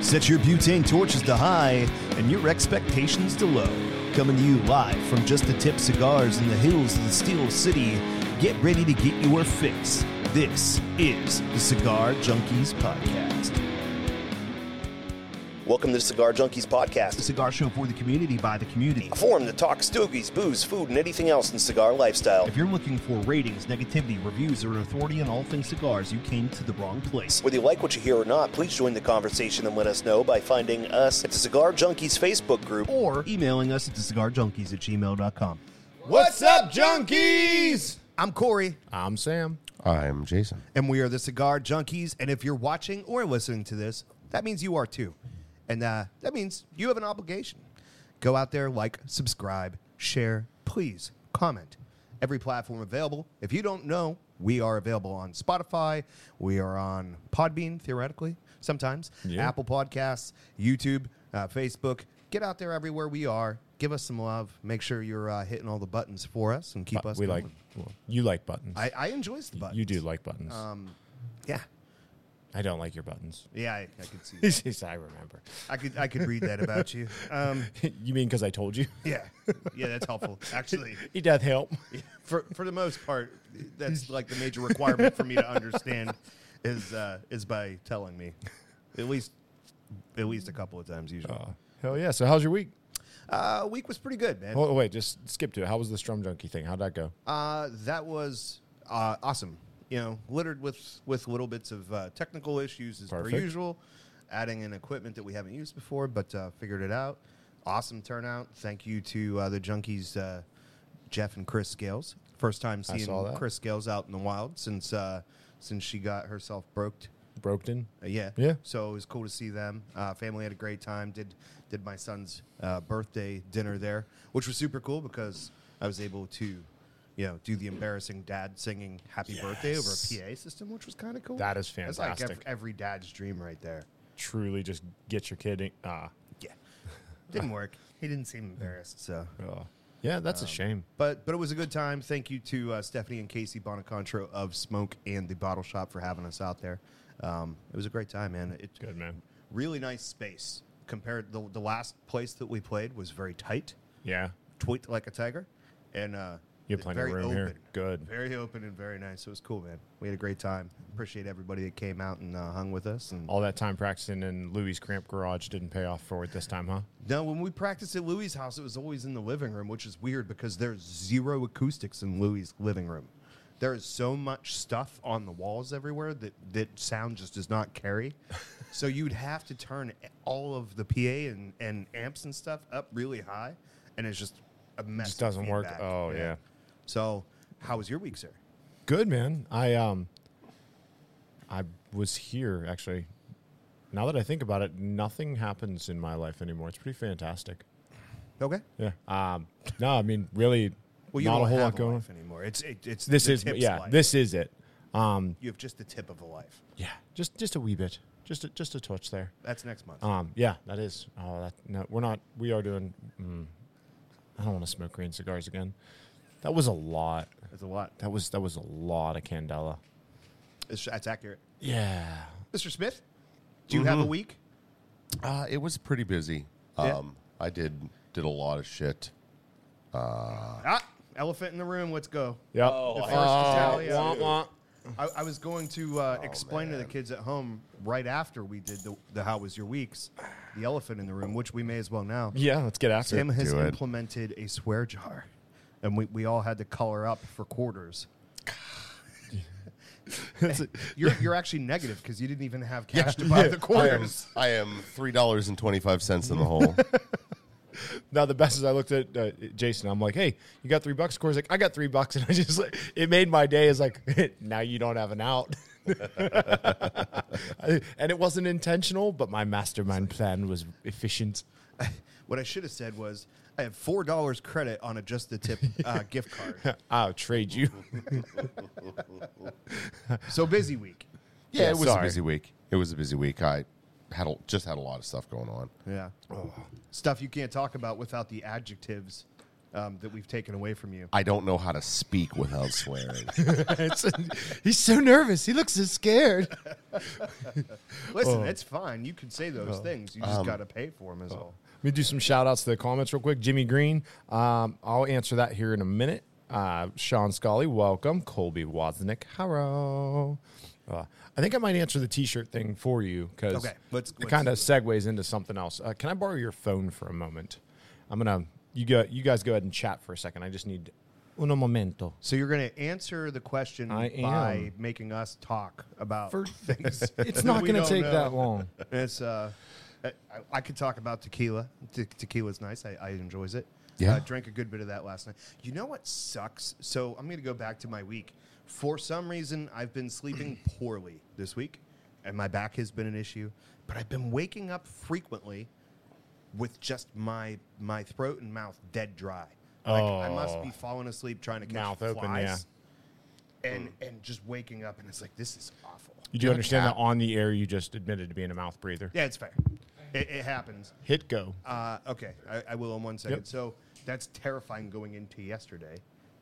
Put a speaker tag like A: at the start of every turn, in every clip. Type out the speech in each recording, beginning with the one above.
A: Set your butane torches to high and your expectations to low. Coming to you live from Just the Tip Cigars in the hills of the Steel City. Get ready to get your fix. This is the Cigar Junkies Podcast.
B: Welcome to the Cigar Junkies
A: The
B: podcast,
A: cigar show for the community by the community.
B: a forum that talks stogies, booze, food, and anything else in cigar lifestyle.
A: If you're looking for ratings, negativity, reviews, or authority on all things cigars, you came to the wrong place.
B: Whether you like what you hear or not, please join the conversation and let us know by finding us at the Cigar Junkies Facebook group.
A: Or emailing us at thecigarjunkies at gmail.com.
C: What's up, junkies?
A: I'm Corey,
C: I'm Sam.
D: I'm Jason.
A: and we are the Cigar Junkies. And if you're watching or listening to this, that means you are too. And uh, that means you have an obligation. Go out there, like, subscribe, share, please comment. Every platform available. If you don't know, we are available on Spotify. We are on Podbean, theoretically, sometimes,
C: Yeah.
A: Apple Podcasts, YouTube, uh, Facebook. Get out there everywhere we are. Give us some love. Make sure you're uh, hitting all the buttons for us and keep us
C: we
A: going.
C: like well, you like buttons.
A: I, I enjoy the buttons.
C: You do like buttons. Um,
A: Yeah.
C: I don't like your buttons.
A: Yeah, I, I could see. That.
C: Jeez, I remember.
A: I could I could read that about you. Um,
C: you mean because I told you?
A: yeah, yeah, that's helpful. Actually,
C: It does help.
A: for for the most part, that's like the major requirement for me to understand is uh, is by telling me, at least at least a couple of times usually.
C: Uh, hell yeah! So how's your week?
A: Uh, week was pretty good, man.
C: Oh wait, just skip to it. How was the Strum Junkie thing? How'd that go?
A: Uh, that was uh, awesome. You know, littered with with little bits of uh, technical issues as per
C: Perfect.
A: usual, adding in equipment that we haven't used before, but uh, figured it out. Awesome turnout. Thank you to uh, the junkies, uh, Jeff and Chris Scales. First time
C: saw
A: seeing
C: that.
A: Chris Scales out in the wild since uh, since she got herself broked.
C: Broketon.
A: Uh, yeah,
C: Yeah.
A: So it was cool to see them. Uh, family had a great time. Did did my son's uh, birthday dinner there, which was super cool because I was able to, you know, do the embarrassing dad singing "Happy Birthday" over
C: Yes.
A: a PA system, which was kind of cool.
C: That is
A: That's like ev-
C: fantastic.
A: every dad's dream, right there.
C: Truly, just get your kid. In, uh,
A: Yeah, didn't work. He didn't seem embarrassed. So
C: uh, yeah, that's a shame.
A: But but it was a good time. Thank you to uh, Stephanie and Casey Bonacontro of Smoke and the Bottle Shop for having us out there. Um, it was a great time, man. It,
C: Good, man.
A: Really nice space. Compared the the last place that we played was very tight,
C: Yeah,
A: tweaked like a tiger, and uh,
C: You have
A: it's
C: plenty of
A: very
C: room here.
A: open.
C: Good.
A: very open and very nice. It was cool, man. We had a great time. Appreciate everybody that came out and uh, hung with us. And
C: all that time practicing in Louis' cramp garage didn't pay off for it this time, huh?
A: No, when we practiced at Louie's house, it was always in the living room, which is weird because there's zero acoustics in Louie's living room. There is so much stuff on the walls everywhere that, that sound just does not carry. so you'd have to turn all of the PA and, and amps and stuff up really high, and it's just a mess.
C: Just
A: of
C: doesn't work.
A: feedback.
C: Oh, yeah.
A: So, how was your week, sir?
C: Good man. I um I was here actually. Now that I think about it, nothing happens in my life anymore. It's pretty fantastic.
A: Okay.
C: Yeah. Um no, I mean really not a whole lot going on.
A: life anymore. It's it, it's
C: This
A: the
C: is
A: tip's
C: yeah,
A: life.
C: this is it. Um
A: you have just the tip of a life.
C: yeah, just just a wee bit. Just a, just a touch there.
A: That's next month.
C: Um yeah, that is. Oh, that no, we're not we are doing mm, I don't want to smoke green cigars again. That was a lot.
A: That's a lot.
C: That was that was a lot of candela.
A: It's, that's accurate.
C: Yeah.
A: Mr. Smith, do you have
D: Mm-hmm.
A: a week?
D: Uh, it was pretty busy. Um,
A: Yeah.
D: I did did a lot of shit.
A: Ah, elephant in the room. Let's go.
C: Yep. Oh,
A: The first tally up. I, I was going to uh,
D: Oh,
A: explain to the kids at home right after we did the, the How Was Your Weeks, the elephant in the room, which we may as well now.
C: Yeah, let's get after
A: Tim
C: it.
A: has
D: do it.
A: implemented a swear jar, and we, we all had to color up for quarters. you're, you're actually negative because you didn't even have cash to buy the
D: I am,
A: quarters.
D: I am three dollars and twenty five cents in the hole.
C: Now the best is I looked at uh, Jason. I'm like, "Hey, you got three bucks?" Corey's like, "I got three bucks," and I just like it made my day. Is like, now you don't have an out. I- and it wasn't intentional, but my mastermind plan was efficient.
A: What I should have said was, I have four dollars credit on a just the tip uh, gift card.
C: I'll trade you.
A: So busy week.
D: yeah,
C: Yeah,
D: it was
C: sorry.
D: a busy week. It was a busy week. I had a, just had a lot of stuff going on.
A: Oh. Yeah. Stuff you can't talk about without the adjectives um, that we've taken away from you.
D: I don't know how to speak without swearing.
C: It's- he's so nervous. He looks so scared.
A: Listen,
C: Oh.
A: it's fine. You can say those things. You just
C: Um,
A: got to pay for them, is all.
C: Let me do some shout outs to the comments real quick. Jimmy Green, um, I'll answer that here in a minute. Uh, Sean Scully, welcome. Colby Wozniak, hello. Uh, I think I might answer the t shirt thing for you because
A: Okay, let's-
C: it
A: let's-
C: kind of segues into something else. Uh, can I borrow your phone for a moment? I'm going to, you go, you guys go ahead and chat for a second. I just need uno momento.
A: So you're going to answer the question
C: I
A: by
C: am.
A: making us talk about
C: For-
A: things.
C: It's not
A: we
C: going to
A: don't
C: take
A: know.
C: that long.
A: It's uh, I, I could talk about tequila. Te- tequila's nice. I, I enjoys it.
D: Yeah.
A: uh, drank a good bit of that last night. You know what sucks? So I'm gonna go back to my week. For some reason, I've been sleeping poorly this week, and my back has been an issue. But I've been waking up frequently with just my my throat and mouth dead dry. Like I must
C: Oh.
A: be falling asleep trying to catch
C: Mouth
A: flies,
C: open, yeah. Mm.
A: and and just waking up and it's like this is awful.
C: You do understand that on the air, you just admitted to being a mouth breather.
A: Yeah, it's fair. It, it happens.
C: Hit go.
A: Uh, okay, I, I will in one second.
C: Yep.
A: So that's terrifying going into yesterday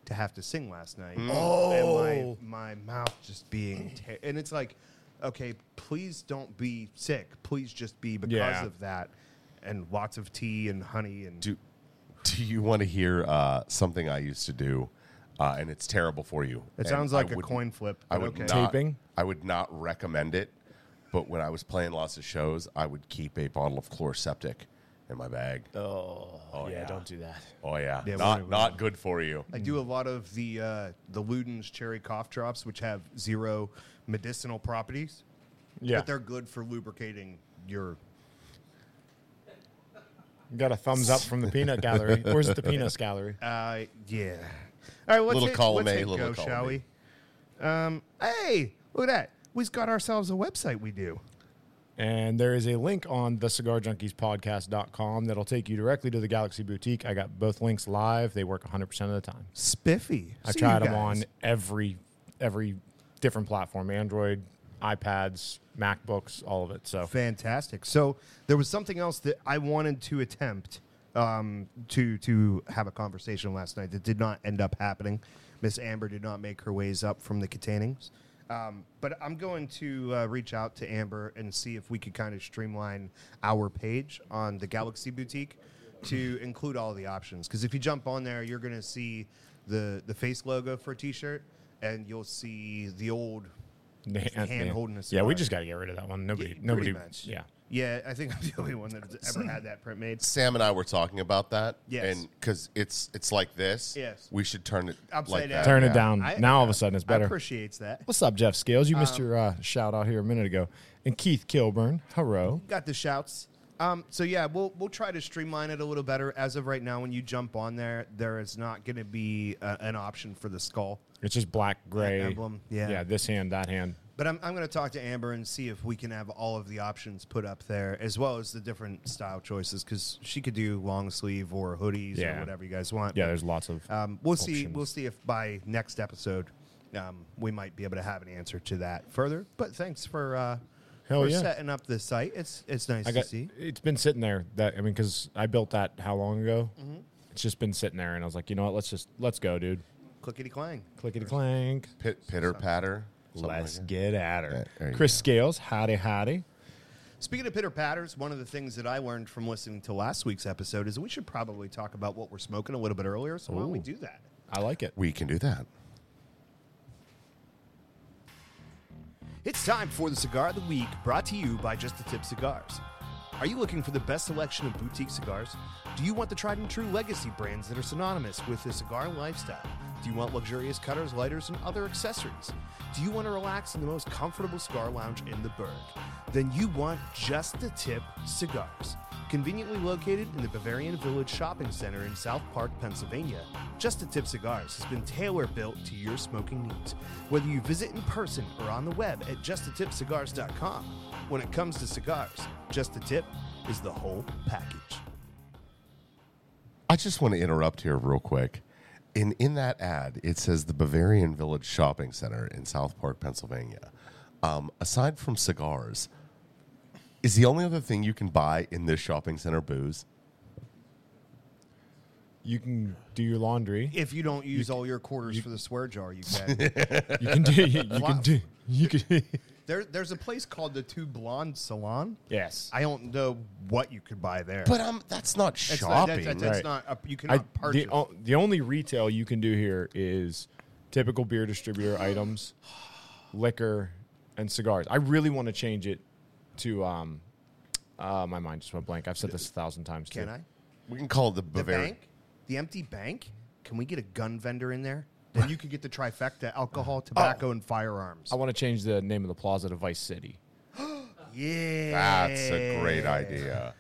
A: to have to sing last
D: Mm.
A: night. Oh, and my, my mouth just being ter- and it's like, okay, please don't be sick. Please just be because
C: Yeah.
A: of that, and lots of tea and honey and
D: do, do you want to hear uh, something I used to do? Uh, and it's terrible for you.
A: it
D: And
A: sounds
D: I
A: like a
D: wouldn't-
A: coin flip.
D: I
A: but
D: would
A: okay.
D: not.
C: Taping?
D: I would not recommend it. But when I was playing lots of shows, I would keep a bottle of chloroseptic in my bag. Oh, yeah,
C: don't do that.
D: Oh yeah,
A: Yeah, we-
D: not
A: we-
D: not good for you.
A: I do a lot of the uh, the Luden's cherry cough drops, which have zero medicinal properties,
C: Yeah.
A: but they're good for lubricating your
C: Got a thumbs up from the peanut gallery. Where's the peanuts gallery?
A: Uh, yeah. All right, let's
D: Little
A: hit,
D: column
A: let's
D: A,
A: hit
D: little
A: go,
D: column
A: shall
D: B.
A: we? Um, hey, look at that. We've got ourselves a website we do.
C: And there is a link on the cigar junkies podcast.com that'll take you directly to the Galaxy Boutique. I got both links live. They work 100% of the time.
A: Spiffy.
C: I tried them on every every different platform, Android, iPads, MacBooks, all of it. So
A: Fantastic. So there was something else that I wanted to attempt um, to to have a conversation last night that did not end up happening. Miss Amber did not make her ways up from the Catanings. Um, but I'm going to uh, reach out to Amber and see if we could kind of streamline our page on the Galaxy Boutique to include all the options. Because if you jump on there, you're going to see the the face logo for a T-shirt, and you'll see the old hand holding a
C: Yeah, we
A: cigar.
C: just got to get rid of that one. Nobody,
A: Pretty
C: nobody,
A: much.
C: yeah.
A: Yeah, I think I'm the only one that's ever had that print made.
D: Sam and I were talking about that.
A: Yes.
D: and because it's it's like this.
A: Yes.
D: we should turn it
A: Upside
D: like that.
A: down.
C: Turn
D: Yeah.
C: it down.
A: I-
C: now all of a sudden it's
A: I Um,
C: better.
A: appreciates that.
C: What's up, Jeff Scales? You missed your uh, shout out here a minute ago. And Keith Kilburn, hello.
A: Got the shouts. Um, so yeah, we'll we'll try to streamline it a little better. As of right now, when you jump on there, there is not going to be uh, an option for the skull.
C: It's just black, gray.
A: emblem, yeah.
C: Yeah, this hand, that hand.
A: But I'm I'm going to talk to Amber and see if we can have all of the options put up there, as well as the different style choices, because she could do long sleeve or hoodies or
C: Yeah.
A: whatever you guys want.
C: Yeah, there's lots of.
A: Um, we'll see.
C: options.
A: We'll see if by next episode um, we might be able to have an answer to that further. But thanks for uh,
C: Hell
A: for
C: yeah.
A: setting up this site. It's it's nice
C: I
A: to
C: got.
A: see.
C: It's been sitting there. That I mean, because I built that how long ago?
A: Mm-hmm.
C: It's just been sitting there, and I was like, you know what? Let's just let's go, dude.
A: Clickety clang.
C: Clickety clank.
D: Pit, pitter patter.
C: Let's get at her.
D: There you
C: Chris Scales, howdy howdy.
A: Speaking of pitter patters, one of the things that I learned from listening to last week's episode is we should probably talk about what we're smoking a little bit earlier. So why don't we do that?
C: I like it.
D: We can do that.
A: It's time for the Cigar of the Week, brought to you by Just the Tip Cigars. Are you looking for the best selection of boutique cigars? Do you want the tried and true legacy brands that are synonymous with the cigar lifestyle? Do you want luxurious cutters, lighters, and other accessories? Do you want to relax in the most comfortable cigar lounge in the burg? Then you want Just the Tip Cigars. Conveniently located in the Bavarian Village Shopping Center in South Park, Pennsylvania, Just a Tip Cigars has been tailor built to your smoking needs. Whether you visit in person or on the web at justatipcigars.com, when it comes to cigars, Just a Tip is the whole package.
D: I just want to interrupt here real quick. In in that ad, it says the Bavarian Village Shopping Center in South Park, Pennsylvania. Um, aside from cigars, is the only other thing you can buy in this shopping center booze?
C: You can do your laundry.
A: If you don't use all your quarters for the swear jar, you can.
C: You can do. You, you can do. You can.
A: there, there's a place called the Two Blonde Salon.
C: yes.
A: I don't know what you could buy there.
D: But um, that's not
A: That's
D: shopping.
A: not- that's- that's- that's
C: right.
A: not a- you
C: I,
A: cannot
C: the,
A: purchase.
C: o- the only retail you can do here is typical beer distributor items, liquor, and cigars. I really want to change it to. Um, uh, my mind just went blank. I've said this a thousand times. too.
A: can I?
D: we can call it the
A: The
D: Bavarian.
A: bank, the empty bank. Can we get a gun vendor in there? Then you could get the trifecta: alcohol,
D: Oh.
A: tobacco, and firearms.
C: I want to change the name of the plaza to Vice City
A: yeah,
D: That's a great idea.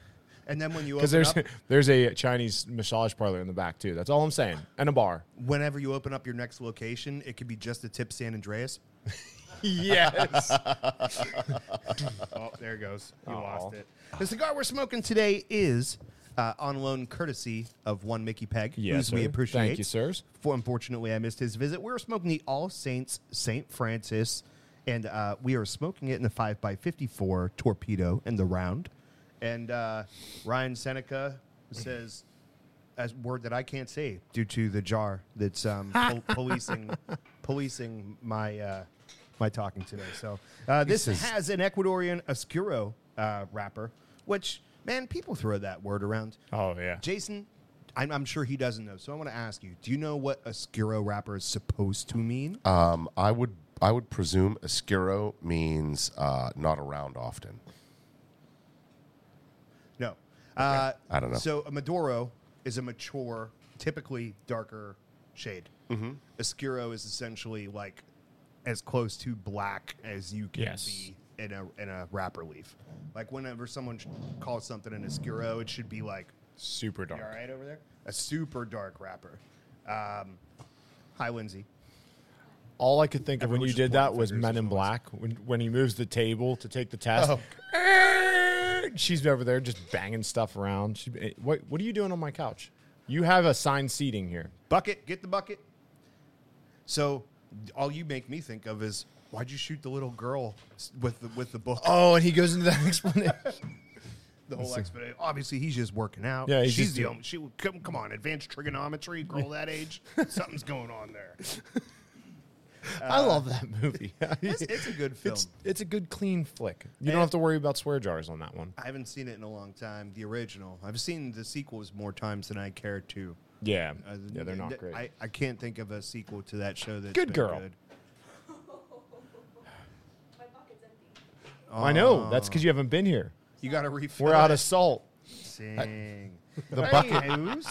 A: And then when you
C: because
A: open
C: there's
A: up,
C: there's a Chinese massage parlor in the back too. That's all I'm saying, and a bar.
A: whenever you open up your next location, it could be just a tip San Andreas.
C: yes.
A: Oh, there it goes. You
C: Aw.
A: lost it. The cigar we're smoking today is uh, on loan courtesy of one Mickey Peg,
C: Yes,
A: who we
C: sir.
A: appreciate.
C: Thank you, sirs.
A: For unfortunately, I missed his visit. We're smoking the All Saints St. Francis, and uh, we are smoking it in the 5x54 torpedo in the round. And uh, Ryan Seneca says, as word that I can't say due to the jar that's um, pol- policing policing my uh, my talking today. So uh, this
D: This is-
A: has an Ecuadorian oscuro uh, wrapper, which man, people throw that word around.
C: Oh yeah.
A: Jason, I'm, I'm sure he doesn't know. So I want to ask you: Do you know what oscuro wrapper is supposed to mean?
D: Um, I would I would presume oscuro means uh, not around often.
A: no, uh,
D: I don't know.
A: So a maduro is a mature, typically darker shade. Mm-hmm. Oscuro is essentially like as close to black as you can
C: Yes.
A: be in a in a wrapper leaf. Like whenever someone sh- calls something an oscuro, it should be like
C: Super dark.
A: you all right over there, a super dark wrapper. Um, hi, Lindsay.
C: All I could think of when
A: Everyone
C: you
A: should
C: did
A: point
C: that
A: the
C: was
A: fingers
C: Men
A: as
C: in
A: well.
C: Black when, when he moves the table to take the test. She's over there just banging stuff around. She, eh, what What are you doing on my couch? You have assigned seating here.
A: Bucket, get the bucket. So all you make me think of is why'd you shoot the little girl s- with the with the book?
C: Oh, and he goes into that explanation.
A: the whole expedition. Obviously, he's just working out.
C: Yeah, he's
A: she's
C: just
A: the
C: doing-
A: only. She would- come, come on, advanced trigonometry, girl that age. Something's going on there.
C: I love that movie.
A: It's, it's a good film.
C: It's it's a good clean flick. You don't have to worry about swear jars on that one.
A: I haven't seen it in a long time. The original. I've seen the sequels more times than I care to.
C: Yeah,
A: Uh,
C: yeah, they're not
A: th-
C: great.
A: I, I can't think of a sequel to that show. That's
C: Good
A: been
C: girl.
A: Good.
E: My pocket's empty.
C: I
A: uh,
C: know that's because you haven't been here.
A: You got to refill.
C: We're out
A: it.
C: of salt.
A: Dang.
D: The bucket.
A: Anywho's,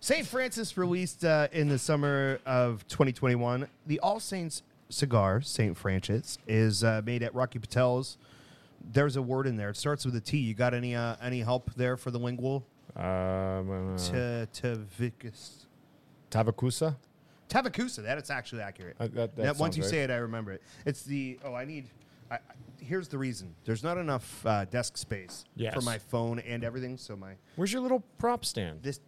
A: St. Ah. Francis released uh, in the summer of 2021. The All Saints cigar, St. Francis, is uh, made at Rocky Patel's. There's a word in there. It starts with a T. You got any uh, any help there for the lingual?
C: Um, uh,
A: Ta- Tavicus.
C: Tavacusa.
A: Tavacusa. That it's actually accurate.
C: Uh, that- that
A: Now, once
C: sounds
A: you
C: right.
A: say it, I remember it. It's the oh, I need. I, I- here's the reason. There's not enough uh, desk space
C: Yes.
A: for my phone and everything. So my
C: Where's your little prop stand?
A: this.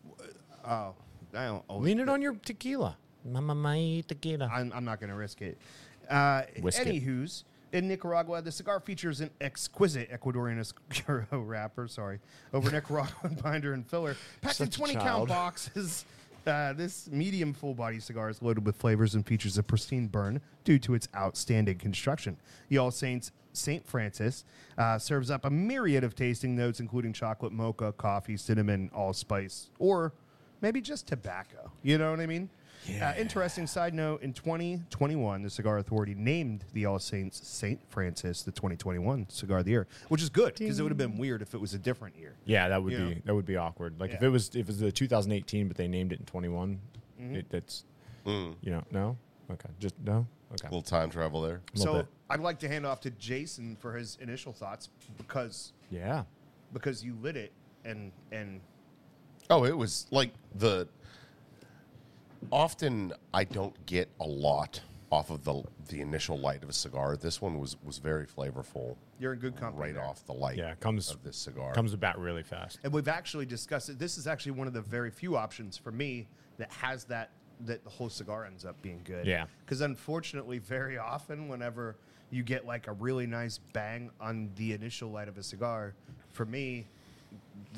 A: Oh, I don't. always
C: Lean it on your tequila. Mama my tequila.
A: I'm, I'm not going to risk it. Uh,
C: Whisk it.
A: anywho's, in Nicaragua, the cigar features an exquisite Ecuadorian Oscuro wrapper, sorry, over Nicaraguan binder and filler, packed in
C: Such a
A: 20 count
C: child.
A: boxes. Uh, this medium full body cigar is loaded with flavors and features a pristine burn due to its outstanding construction. The All Saints St. Francis uh, serves up a myriad of tasting notes, including chocolate, mocha, coffee, cinnamon, allspice, or maybe just tobacco. You know what I mean? Uh, interesting side note in 2021, the Cigar Authority named the All Saints St. Francis the 2021 Cigar of the Year, which is good because it would have been weird if it was a different year.
C: Yeah, that would
A: Yeah.
C: be that would be awkward. Like if
A: Yeah.
C: it was if it was the 2018, but they named it in 21.
A: Mm-hmm.
C: It, that's you know no okay just no okay.
D: A little time travel there.
C: Little
A: So
C: bit.
A: I'd like to hand off to Jason for his initial thoughts because
C: yeah,
A: because you lit it and and
D: Oh, it was like the. Often I don't get a lot off of the the initial light of a cigar. This one was was very flavorful
A: you're in good company
D: right
A: there.
D: off the light.
C: Yeah, comes-
D: of this cigar.
C: comes about really fast.
A: And we've actually discussed it. This is actually one of the very few options for me that has that that the whole cigar ends up being good.
C: Yeah.
A: Because unfortunately, very often whenever you get like a really nice bang on the initial light of a cigar, for me,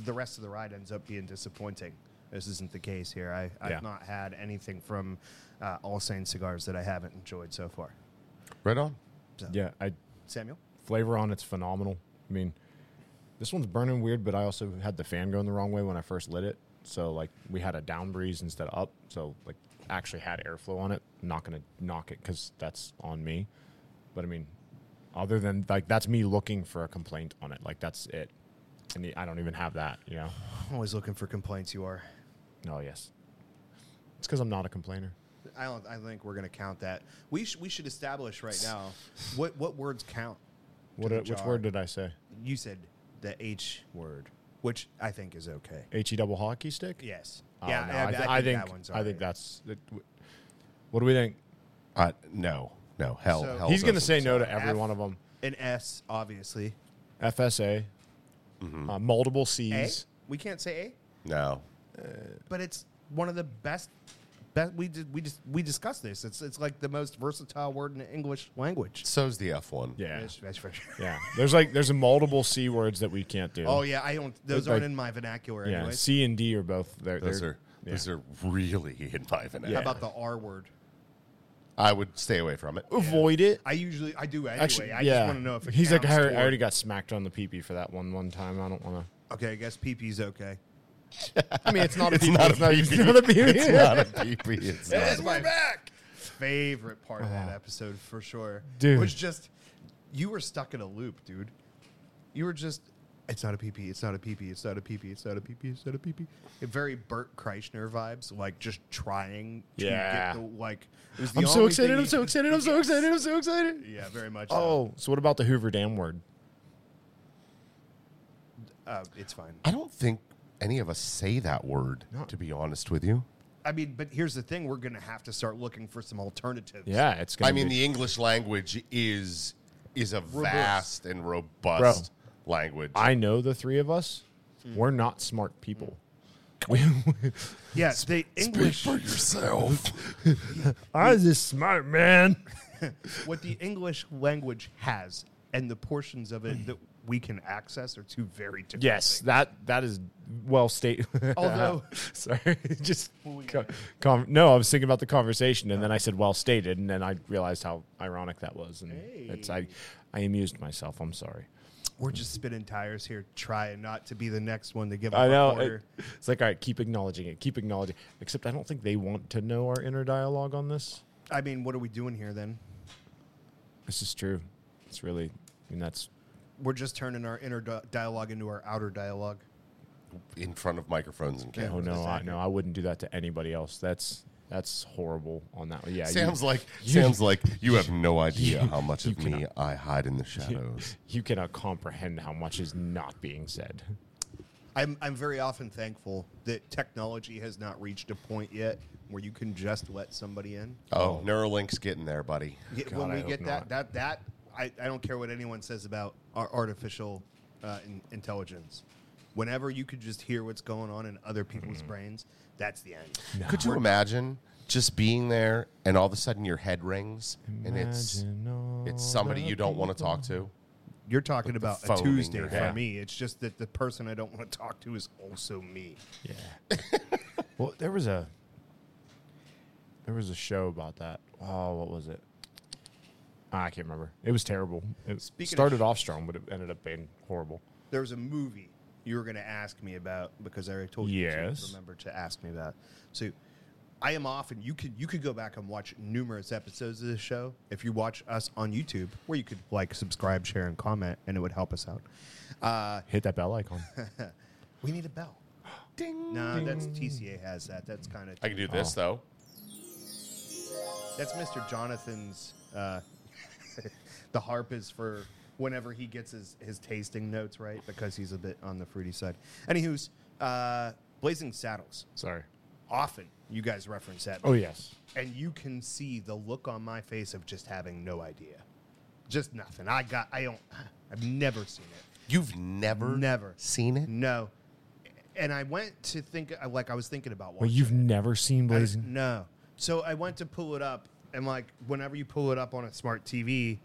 A: the rest of the ride ends up being disappointing. This isn't the case here. I, I've
C: Yeah.
A: not had anything from uh, All Saints cigars that I haven't enjoyed so far.
D: Right on.
A: So,
C: Yeah, I
A: Samuel?
C: flavor on it's phenomenal. I mean, this one's burning weird, but I also had the fan going the wrong way when I first lit it. So like we had a down breeze instead of up. So like actually had airflow on it. not gonna knock it because that's on me. But I mean, other than like that's me looking for a complaint on it. Like that's it. And the- I don't even have that. You know.
A: I'm always looking for complaints, you are.
C: Oh yes. It's because I'm not a complainer.
A: I don't. I think we're going to count that. We sh- we should establish right now what what words count. to
C: What
A: the
C: which
A: jar.
C: word did I say?
A: you said? The H word, which I think is okay.
C: H e double hockey stick.
A: Yes.
C: Oh,
A: yeah.
C: no,
A: I, I,
C: th-
A: think
C: I
A: that one's.
C: I
A: alright.
C: think that's. that- w- What do we think?
D: Uh, no, no, hell,
A: So-
D: hell.
C: He's going to
D: doesn't.
C: say no to
A: F.
C: every one of them.
A: an S, obviously.
C: FSA, uh, multiple
A: A.
C: C's.
A: We can't say
D: no.
A: A, but it's one of the best. Best. We did. We just. We discussed this. It's. It's like the most versatile word in the English language.
D: So's the F one.
C: Yeah,
A: That's- that's for sure.
C: yeah. There's like there's a multiple C words that we can't do.
A: Oh yeah. I don't. Those
C: like-
A: aren't in my vernacular
C: yeah.
A: anyway.
C: C and D are both. They're,
D: Those
C: they're-
D: are
C: yeah.
D: those are really in my vanilla.
A: How about the R word?
D: I would stay away from it.
C: Avoid it.
A: I usually. I do anyway.
C: Actually,
A: I
C: yeah.
A: just want to know if it
C: he's like I,
A: counts
C: already- I
A: toward-
C: already got smacked on the peepee for that one one time. I don't want to.
A: Okay, I guess PP's okay.
C: I mean, it's not a
D: It's
C: peepee.
D: not a
C: It's
D: peepee.
C: not a peepee.
D: It's not a PP. It's not.
A: we're back. Favorite part of that episode for sure,
C: Oh. Dude.
A: Was just you were stuck in a loop, dude. You were just. It's not a PP. It's not a PP. It's not a PP. It's not a PP. It's not a PP. It very Burt Kreischer vibes, like just trying. To
C: Yeah.
A: Get the, like it was the
C: I'm so
A: only
C: excited.
A: thing
C: I'm
A: he-
C: so excited. I'm so excited. I'm so excited.
A: Yeah, very much. Oh,
C: Oh, so what about the Hoover Dam word?
A: so. uh, it's fine.
D: I don't think any of us say that word. To be honest with you,
A: I mean, but here's the thing: we're gonna have to start looking for some alternatives.
C: Yeah, it's gonna.
D: I mean
C: be-
D: the English language is is a
A: Robust.
D: vast and robust language.
C: I know the three of us.
A: Hmm.
C: We're not smart people. We,
A: Yes, the English.
D: yourself.
C: I was just smart man.
A: what the English language has and the portions of it that we can access are two very different.
C: Yes,
A: things.
C: that that is well stated.
A: Although-
C: sorry, just co- com- no. I was thinking about the conversation, and then I said well stated, and then I realized how ironic that was, and it's I, I amused myself. I'm sorry.
A: we're just spinning tires here, trying not to be the next one to give.
C: I
A: up
C: know.
A: A quarter.
C: it- it's like all right, keep acknowledging it, keep acknowledging. Except I don't think they want to know our inner dialogue on this.
A: I mean, what are we doing here then?
C: This is true. It's really, I mean, that's
A: We're just turning our inner di- dialogue into our outer dialogue.
D: In front of microphones and
A: Yeah.
D: cameras.
C: Oh no, I,
A: Exactly.
C: no, I wouldn't do that to anybody else. That's that's horrible on that. Yeah, you-
D: Sam's like
C: you-
D: Sam's like you have no idea how much
C: you
D: of me
C: cannot-
D: I hide in the shadows.
C: you cannot comprehend how much is not being said.
A: I'm I'm very often thankful that technology has not reached a point yet where you can just let somebody in.
D: Oh, Neuralink's getting there, buddy.
A: Yeah,
C: God,
A: when
C: I
A: we
C: hope
A: get
C: not.
A: that, that that I, I don't care what anyone says about our artificial uh, in, intelligence. Whenever you could just hear what's going on in other
C: Mm.
A: people's brains, that's the end.
D: Could you imagine just being there and all of a sudden your head rings and it's it's somebody you don't want to talk to?
A: You're talking about a
D: phone in
A: Tuesday
D: your
A: for
C: hand.
A: me. It's just that the person I don't want to talk to is also me.
C: Yeah. well, there was a there was a show about that. Oh, what was it? Ah, I can't remember. It was terrible. It
A: Speaking of-
C: started off strong, but it ended up being horrible.
A: There was a movie you were going to ask me about because I already told you
C: Yes.
A: to remember to ask me about. So I am off, and you could you could go back and watch numerous episodes of this show if you watch us on YouTube, where you could like, subscribe, share, and comment, and it would help us out. Uh,
C: Hit that bell icon.
A: we need a bell. Ding. No, that's TCA has that. That's kind of
D: I can do this though.
A: That's Mr. Jonathan's. Uh, the harp is for whenever he gets his, his tasting notes right because he's a bit on the fruity side. Anywho's, uh, Blazing Saddles.
C: Sorry.
A: Often you guys reference that,
C: Oh yes.
A: and you can see the look on my face of just having no idea, just nothing. I got. I don't. I've never seen it.
D: You've never
A: Never
D: seen it?
A: No. And I went to think like I was thinking about.
C: Well,
A: watching
C: you've
A: it.
C: never seen
A: I-
C: Blazing.
A: No. So I went to pull it up, and like whenever you pull it up on a smart TV,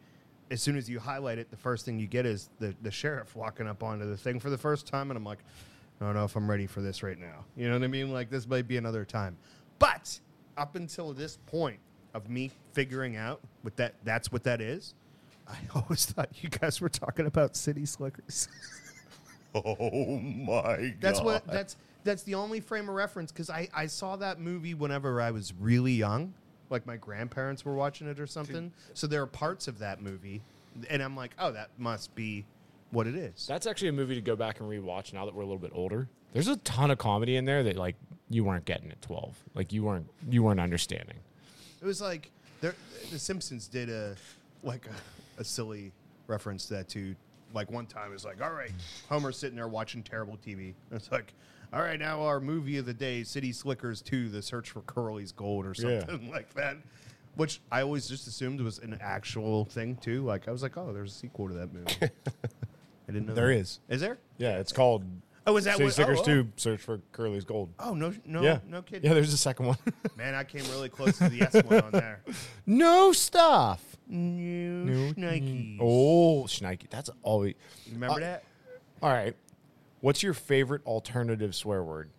A: as soon as you highlight it, the first thing you get is the, the sheriff walking up onto the thing for the first time, and I'm like, I don't know if I'm ready for this right now. You know what I mean? Like this might be another time. But up until this point of me figuring out what that that's what that is, I always thought you guys were talking about city slickers.
D: Oh my
A: That's what that's that's the only frame of reference because I, I saw that movie whenever I was really young, like my grandparents were watching it or something. So there are parts of that movie, and I'm like, oh, that must be what it is.
C: That's actually a movie to go back and rewatch now that we're a little bit older. There's a ton of comedy in there that like you weren't getting at 12. Like you weren't you weren't understanding.
A: it was like there, the Simpsons did a like a, a silly reference to that too. Like one time, it's like, all right, Homer's sitting there watching terrible TV. And it's like, all right, now our movie of the day, City Slickers Two: The Search for Curly's Gold, or
C: Yeah.
A: something like that. Which I always just assumed was an actual thing too. Like I was like, oh, there's a sequel to that movie. I didn't know
C: There
A: there
C: is.
A: is. Is there?
C: Yeah, it's called
A: Oh, is that
C: City
A: what-
C: Slickers
A: oh, oh.
C: 2 Search for Curly's Gold.
A: Oh no, no,
C: yeah.
A: no kidding.
C: Yeah, there's a second one.
A: Man, I came really close to the S one on there.
C: no stuff.
A: New, Schnikes.
C: Oh, Schneike. That's always
A: remember
C: Uh,
A: that?
C: All right. What's your favorite alternative swear word?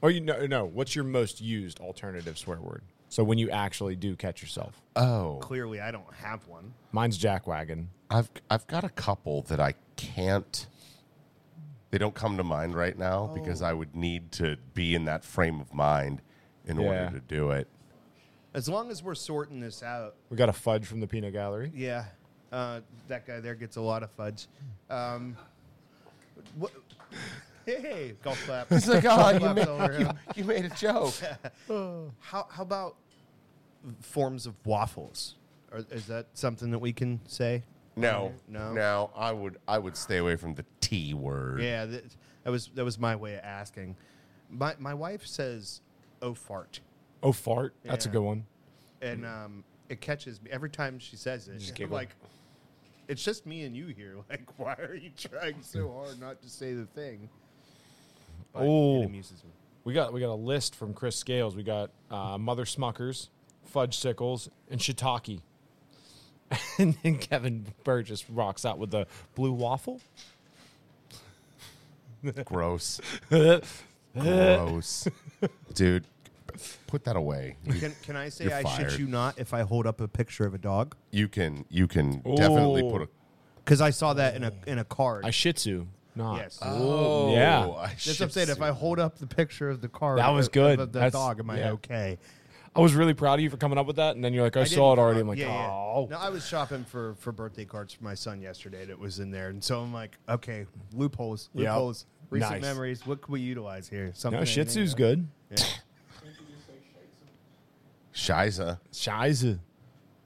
C: Or you know, no, what's your most used alternative swear word? So when you actually do catch yourself.
D: Oh,
A: clearly I don't have one.
C: Mine's jackwagon.
D: I've I've got a couple that I can't. They don't come to mind right now because I would need to be in that frame of mind in
C: Yeah.
D: order to do it.
A: As long as we're sorting this out,
C: We got a fudge from the peanut gallery.
A: yeah, uh, that guy there gets a lot of fudge. Um, what? Hey, golf clap.
D: It's like,
A: Golf
D: oh, you
A: claps
D: made,
A: over
D: you,
A: him.
D: you made a joke.
A: How how about forms of waffles? Or is that something that we can say?
D: No,
A: No.
D: no, no. I would, I would stay away from the T word.
A: Yeah, that, that was that was my way of asking. My my wife says, "Oh fart,"
C: Oh, fart. That's a
A: Yeah.
C: good one.
A: and um, it catches me every time she says it.
C: Mm. just
A: I'm
C: giggle.
A: like, it's just me and you here. Like, why are you trying so hard not to say the thing? But
C: Ooh.
A: it amuses me.
C: We got we got a list from Chris Scales. We got uh, Mother Smuckers, Fudge Sickles, and Shiitake. and then Kevin Burgess rocks out with the blue waffle.
D: Gross. Gross. Dude, put that away. You,
A: Can, can I say
D: You're
A: I
D: fired.
A: shit you not if I hold up a picture of a dog?
D: you can, you can definitely put a.
A: Because I saw that in a in a card.
C: I Shih Tzu. Not.
A: yes.
D: Oh,
C: Yeah.
D: I
A: That's
D: should
A: what I'm saying. If
D: see.
A: I hold up the picture of the card,
C: That was
A: of-
C: good.
A: Of the
C: That's-
A: dog, am I
C: yeah.
A: okay?
C: I was really proud of you for coming up with that. And then you're like, I,
A: I
C: saw it
A: didn't-
C: already. I'm like,
A: yeah, yeah.
C: oh.
A: No, I was shopping for for birthday cards for my son yesterday, and it was in there, and so I'm like, okay, loopholes,
C: Yep.
A: loopholes, recent
C: Nice.
A: memories. What can we utilize here? Something.
C: No, Shih Tzu's
A: you know?
C: good.
D: Shiza.
C: Shiza.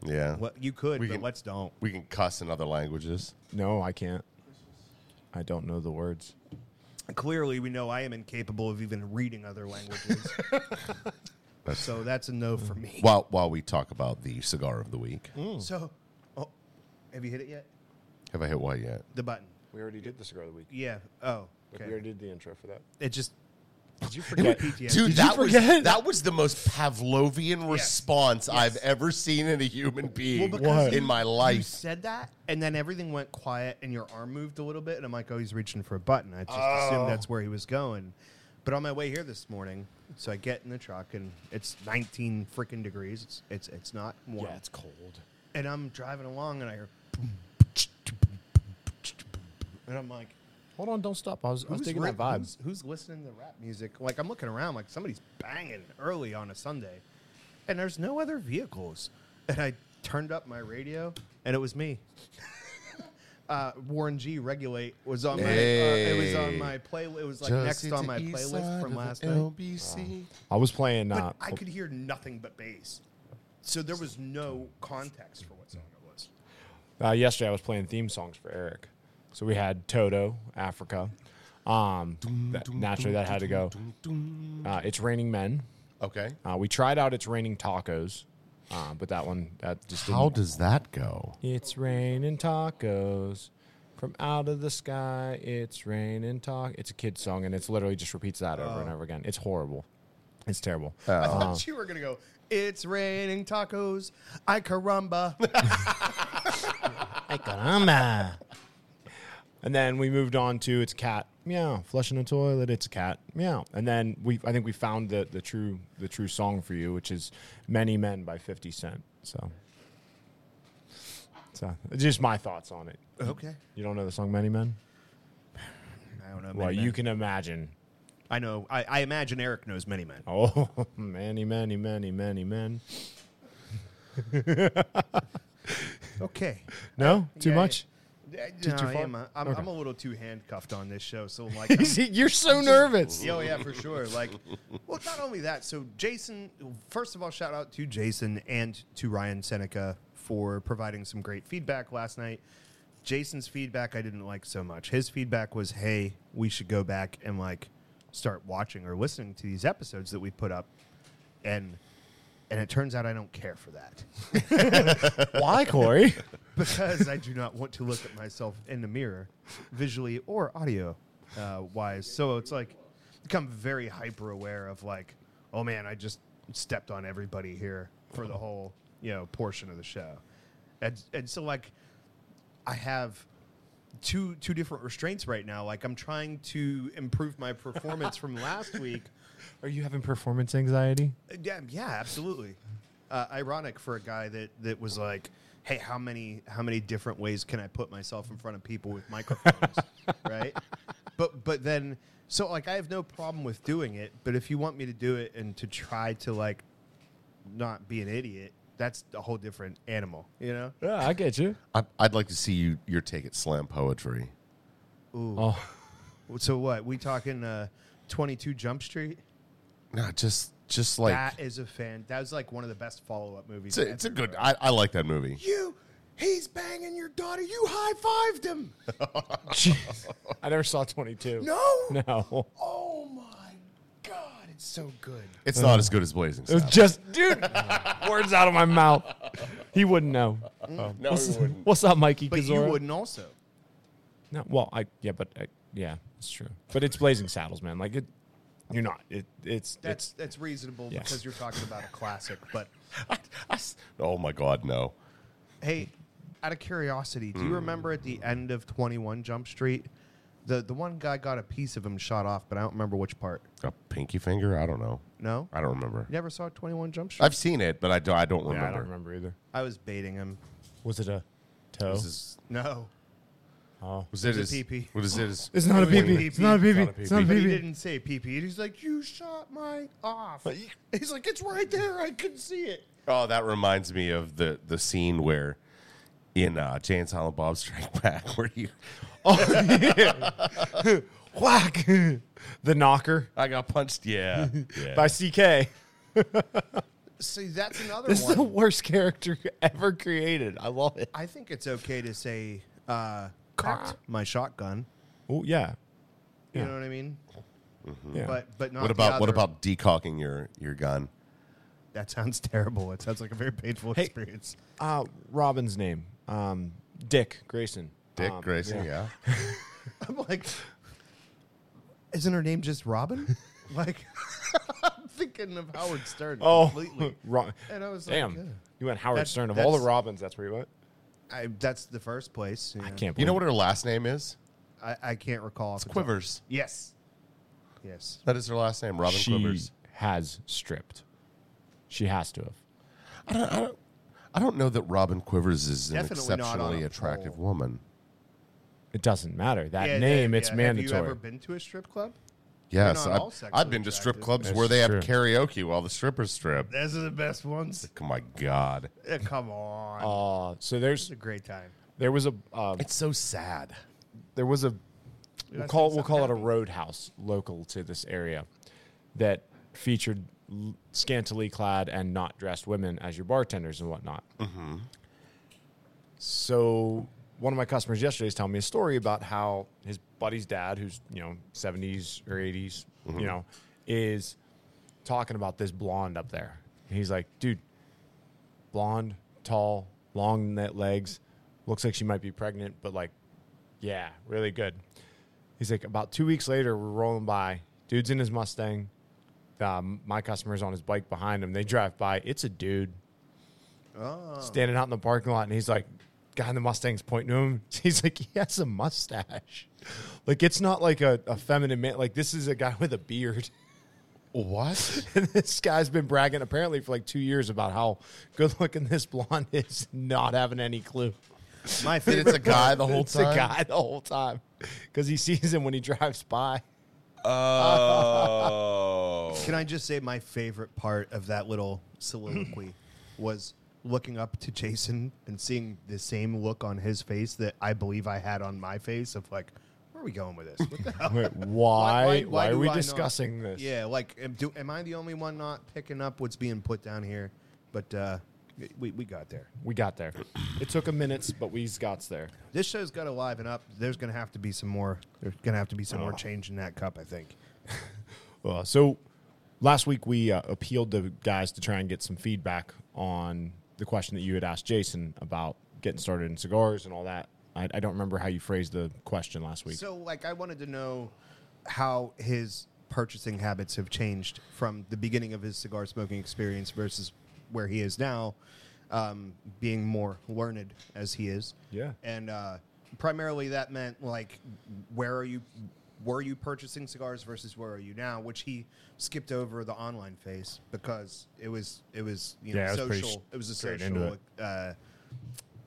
D: Yeah.
A: Well, you could,
D: We
A: but
D: can-
A: let's don't.
D: We can cuss in other languages.
C: No, I can't. I don't know the words.
A: Clearly, we know I am incapable of even reading other languages, so that's a
C: Mm-hmm.
A: no for me.
D: While while we talk about the cigar of the week,
C: hmm.
A: So, oh, have you hit it yet?
D: have I hit what yet?
A: The button.
C: We already did the cigar of the week.
A: Yeah. Oh. Okay.
C: did the intro for that.
A: It just
C: Did you forget?
A: PTSD.
D: Dude,
C: Did you
D: that was
C: forget?
D: that was the most Pavlovian response I've ever seen in a human being
A: because
D: in my
A: you
D: life.
A: said that, and then everything went quiet, and your arm moved a little bit, and I'm like, oh, he's reaching for a button. I just assumed
C: Oh.
A: that's where he was going. But on my way here this morning, so I get in the truck, and it's 19 freaking degrees. It's it's, it's not warm,
C: Yeah, it's cold.
A: and I'm driving along, and I hear, and I'm like,
C: Hold on, don't stop. I was, I was
A: who's,
C: taking
A: ri-
C: that vibe.
A: who's who's listening to rap music? Like I'm looking around, like somebody's banging early on a Sunday, and there's no other vehicles. And I turned up my radio, and it was me. uh, Warren G. Regulate was on my. Uh, it was on
D: Hey.
A: my play. It was like
D: Just
A: next
D: it's
A: on
D: the
A: my
D: east
A: playlist
D: side
A: from
D: of
A: last
D: the
A: night.
D: LBC.
C: I was playing.
A: But
C: Uh,
A: I could hear nothing but bass, so there was no context for what song it was.
C: uh, yesterday, I was playing theme songs for Eric. So we had Toto, Africa. Um, that- naturally, that had to go. Uh, it's raining men.
D: Okay.
C: Uh, we tried out it's raining tacos, uh, but that one that just didn't
D: How does that go?
C: It's raining tacos from out of the sky. It's raining tacos. It's a kid's song, and it's literally just repeats that over
A: Oh.
C: and over again. It's horrible. It's terrible.
A: I thought you were gonna go. It's raining tacos. I caramba.
C: Ay, caramba. And then we moved on to it's cat meow, flushing a toilet, it's a cat, meow. And then we, I think we found the, the true the true song for you, which is "Many Men" by Fifty Cent. So, so just my thoughts on it.
A: Okay.
C: You don't know the song "Many Men"?
A: I don't know.
C: well,
A: many
C: you
A: men.
C: can imagine.
A: I know. I, I imagine Eric knows many men.
C: Oh, many, many, many, many men.
A: Okay.
C: No, too
A: Yeah,
C: much.
A: No,
C: you
A: I
C: fart?
A: am, uh, I'm,
C: Okay.
A: I'm a little too handcuffed on this show, so like, I'm-
C: See, You're so nervous.
A: Yeah, oh yeah, for sure. Like, well, not only that. So, Jason, first of all, shout out to Jason and to Ryan Seneca for providing some great feedback last night. Jason's feedback I didn't like so much. His feedback was, "Hey, we should go back and like start watching or listening to these episodes that we put up," and and it turns out I don't care for that
C: Why, Corey?
A: because I do not want to look at myself in the mirror, visually or audio uh, wise. So it's like become very hyper aware of like, oh man, I just stepped on everybody here for the whole you know portion of the show, and and so like I have two two different restraints right now. Like I'm trying to improve my performance from last week.
C: Are you having performance anxiety?
A: Yeah, yeah, absolutely. Uh, ironic for a guy that that was like, "Hey, how many how many different ways can I put myself in front of people with microphones?" right? But but then so like I have no problem with doing it, but if you want me to do it and to try to like not be an idiot, that's a whole different animal, you know?
C: Yeah, I get you.
D: I, I'd like to see you your take at slam poetry.
C: Oh,
A: So what? We talking uh 22 Jump Street?
D: Nah, just just like
A: that is a fan. That was like one of the best follow-up movies.
D: it's a,
A: ever,
D: it's a good.
A: bro.
D: I, I like that movie.
A: you he's banging your daughter. You high-fived him.
C: jeez. I never saw 22.
A: No.
C: No.
A: Oh my god, it's so good.
D: It's not as good as Blazing
C: It was
D: Saddles.
C: just, dude, words out of my mouth. He wouldn't know.
D: no,
C: what's,
D: it wouldn't.
C: what's up, Mikey?
A: But you
C: Kazora?
A: wouldn't also.
C: No, well, I yeah, but I, yeah, it's true. But it's Blazing Saddles, man. Like it, you're not. It, it's
A: That's that's reasonable
C: Yes.
A: because you're talking about a classic. But
D: Oh my God, no.
A: hey, out of curiosity, do you remember at the end of 21 Jump Street, the the one guy got a piece of him shot off, but I don't remember which part.
D: A pinky finger? I don't know.
A: No,
D: I don't remember.
A: You never saw 21 Jump Street.
D: I've seen it, but I don't. I don't
C: Yeah,
D: remember.
C: I don't remember either.
A: I was baiting him.
C: Was it a toe?
D: This is-
A: No,
C: oh,
D: was it
A: a
D: his-
A: pee-pee.
D: What is it? his-
C: it's not a
A: It was a
C: BB. It's not a
A: pee-pee.
C: BB. It's not a
A: but he
C: BB.
A: didn't say pee pee. He's like, you shot my off. He's like, it's right there. I couldn't see it.
D: Oh, that reminds me of the the scene where in uh, Jay and Silent Bob Strike Back, where you
C: Oh, Whack! the knocker
D: I got punched. Yeah, yeah.
C: by CK.
A: See, that's another
C: This
A: one.
C: is the worst character ever created. I love it.
A: I think it's okay to say uh, cocked my shotgun.
C: Oh yeah,
A: You
C: Yeah.
A: know what I mean?
C: yeah.
A: But but not
D: what
A: the
D: about what
A: other-
D: about decocking your your gun?
A: That sounds terrible. It sounds like a very painful experience.
C: uh, Robin's name, um, Dick Grayson.
D: Dick
C: Um,
D: Grayson. Yeah.
A: I'm like, isn't her name just Robin? like, I'm thinking of Howard Stern
C: Oh,
A: completely.
C: wrong.
A: And I was like,
C: Damn,
A: yeah.
C: you went Howard
A: That-
C: Stern of all the
A: that's-
C: Robins. That's where you went.
A: I, that's the first place.
C: I can't. Believe
D: You know what her last name is?
A: I, I can't recall. It's
D: Quivers.
A: Yes. Yes.
D: That is her last name, Robin
C: she
D: Quivers.
C: has stripped. She has to have.
D: I don't, I don't. I don't know that Robin Quivers is an
A: Definitely not on
D: exceptionally
A: a
D: attractive
A: pole.
D: woman.
C: It doesn't matter that
A: Yeah,
C: name.
A: yeah,
C: it's
A: yeah. Have
C: mandatory.
A: you ever been to a strip club?
D: Yes,
A: not
D: I've,
A: all
D: I've been to
A: sexually
D: strip
A: attractive.
D: clubs
C: That's
D: where they have
C: true.
D: karaoke while the strippers strip.
A: Those are the best ones.
D: Oh my god,
A: Eh, Come on.
C: uh, so there's
A: it's a great time.
C: there was a uh,
D: it's so sad.
C: there was a we'll
A: That's
C: call we'll
A: something
C: call it a
A: happened.
C: roadhouse local to this area that featured l- scantily clad and not dressed women as your bartenders and whatnot. So one of my customers yesterday was telling me a story about how his buddy's dad, who's you know seventies or 80s you know, is talking about this blonde up there. And he's like, dude, blonde, tall, long net legs, looks like she might be pregnant, but like, yeah, really good. He's like, about two weeks later, we're rolling by. Dude's in his Mustang. Um, my customer's on his bike behind him. They drive by. It's a dude
A: Oh.
C: standing out in the parking lot, and he's like, guy in the Mustang's pointing to him. He's like, he has a mustache. Like, it's not like a, a feminine man. Like, this is a guy with a beard.
D: What?
C: And this guy's been bragging apparently for like two years about how good looking this blonde is, not having any clue.
A: My
D: That
A: favorite.
D: it's a guy the whole
C: it's
D: time.
C: a guy the whole time because he sees him when he drives by.
D: Oh.
A: Can I just say my favorite part of that little soliloquy was looking up to Jason and seeing the same look on his face that I believe I had on my face of like, where are we going with this? What the hell?
C: Wait, why? Why, are
A: do
C: we
A: I not-
C: discussing this?
A: Yeah, like, am, do, am I the only one not picking up what's being put down here? But uh, we, we got there.
C: We got there. It took a minute, but we got there.
A: This show's got to liven up. There's going to have to be some more. There's going to have to be some
C: Oh.
A: more change in that cup, I think.
C: Uh, so last week we uh, appealed to guys to try and get some feedback on the question that you had asked Jason about getting started in cigars and all that. I, I don't remember how you phrased the question last week.
A: So, like, I wanted to know how his purchasing habits have changed from the beginning of his cigar smoking experience versus where he is now, um, being more learned as he is.
C: Yeah.
A: And uh, primarily that meant, like, where are you? Were you purchasing cigars versus where are you now? Which he skipped over the online phase because it was it was you know
C: Yeah, it was pretty
A: social it was a
C: straight into
A: social
C: it.
A: uh,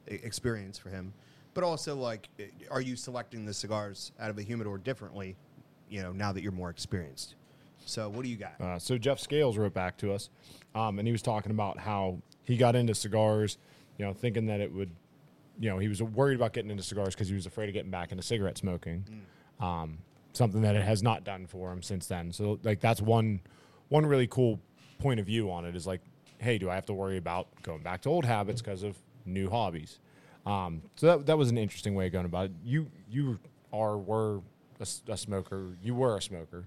A: e- experience for him. But also, like, i- are you selecting the cigars out of a humidor differently, you know, now that you're more experienced? So, what do you got?
C: Uh, so Jeff Scales wrote back to us, um, and he was talking about how he got into cigars, you know, thinking that it would, you know, he was worried about getting into cigars because he was afraid of getting back into cigarette smoking, um, something that it has not done for him since then. So like that's one, one really cool point of view on it is like, hey, do I have to worry about going back to old habits because of new hobbies? Um, so that, that was an interesting way of going about it. You you are were a, s- a smoker. You were a smoker.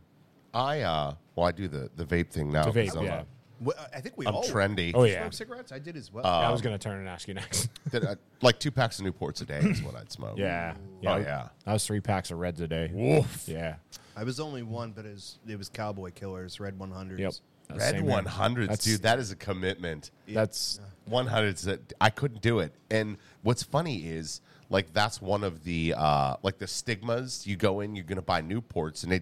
D: I uh well I do the the vape thing now.
C: The vape,
D: 'cause I'm,
C: yeah.
D: uh,
A: Well, I- I think we
D: I'm
A: all
D: trendy. Uh,
C: Oh
A: Smoke
C: yeah. Uh,
A: cigarettes. I did as well.
C: I
D: Um,
C: was gonna turn and ask you next.
D: That I- like two packs of Newports a day is what I'd smoke.
C: yeah.
D: Oh, yeah.
C: That was three packs of reds a day.
D: Woof.
C: Yeah.
A: I was only one, but it was, it was Cowboy Killers, Red 100s.
C: Yep. That's
D: Red
C: same here.
D: one hundreds,
C: That's-
D: dude. That is a commitment.
C: That's
D: One hundreds that I couldn't do it. And what's funny is like that's one of the uh like the stigmas. You go in, you're gonna buy Newports, and they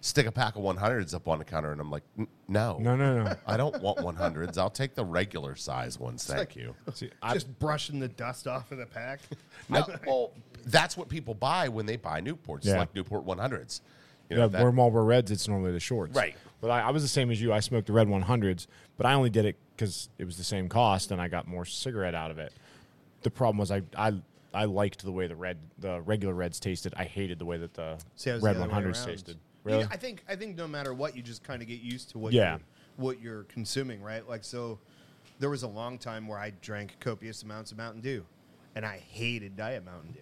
D: stick a pack of one hundreds up on the counter, and I'm like, "N- no,
C: no, no, no.
D: I don't want one hundreds. I'll take the regular size ones. Thank
A: like-
D: you.
C: See, I,
A: Just brushing the dust off of the pack.
D: No, well, that's what people buy when they buy Newports,
C: Yeah.
D: like Newport 100s. You know,
C: yeah,
D: that-
C: we're Marlboro Reds. It's normally the shorts,
D: Right.
C: But I, I was the same as you. I smoked the red 100s, but I only did it because it was the same cost, and I got more cigarette out of it. The problem was I, I, I liked the way the red, the regular reds tasted. I hated the way that the
A: See, I was
C: red
A: the other way
C: 100s
A: around.
C: tasted.
A: You
C: Really?
A: know, I think I think no matter what, you just kind of get used to what
C: Yeah.
A: you're, what you're consuming, right? Like so, there was a long time where I drank copious amounts of Mountain Dew, and I hated Diet Mountain Dew.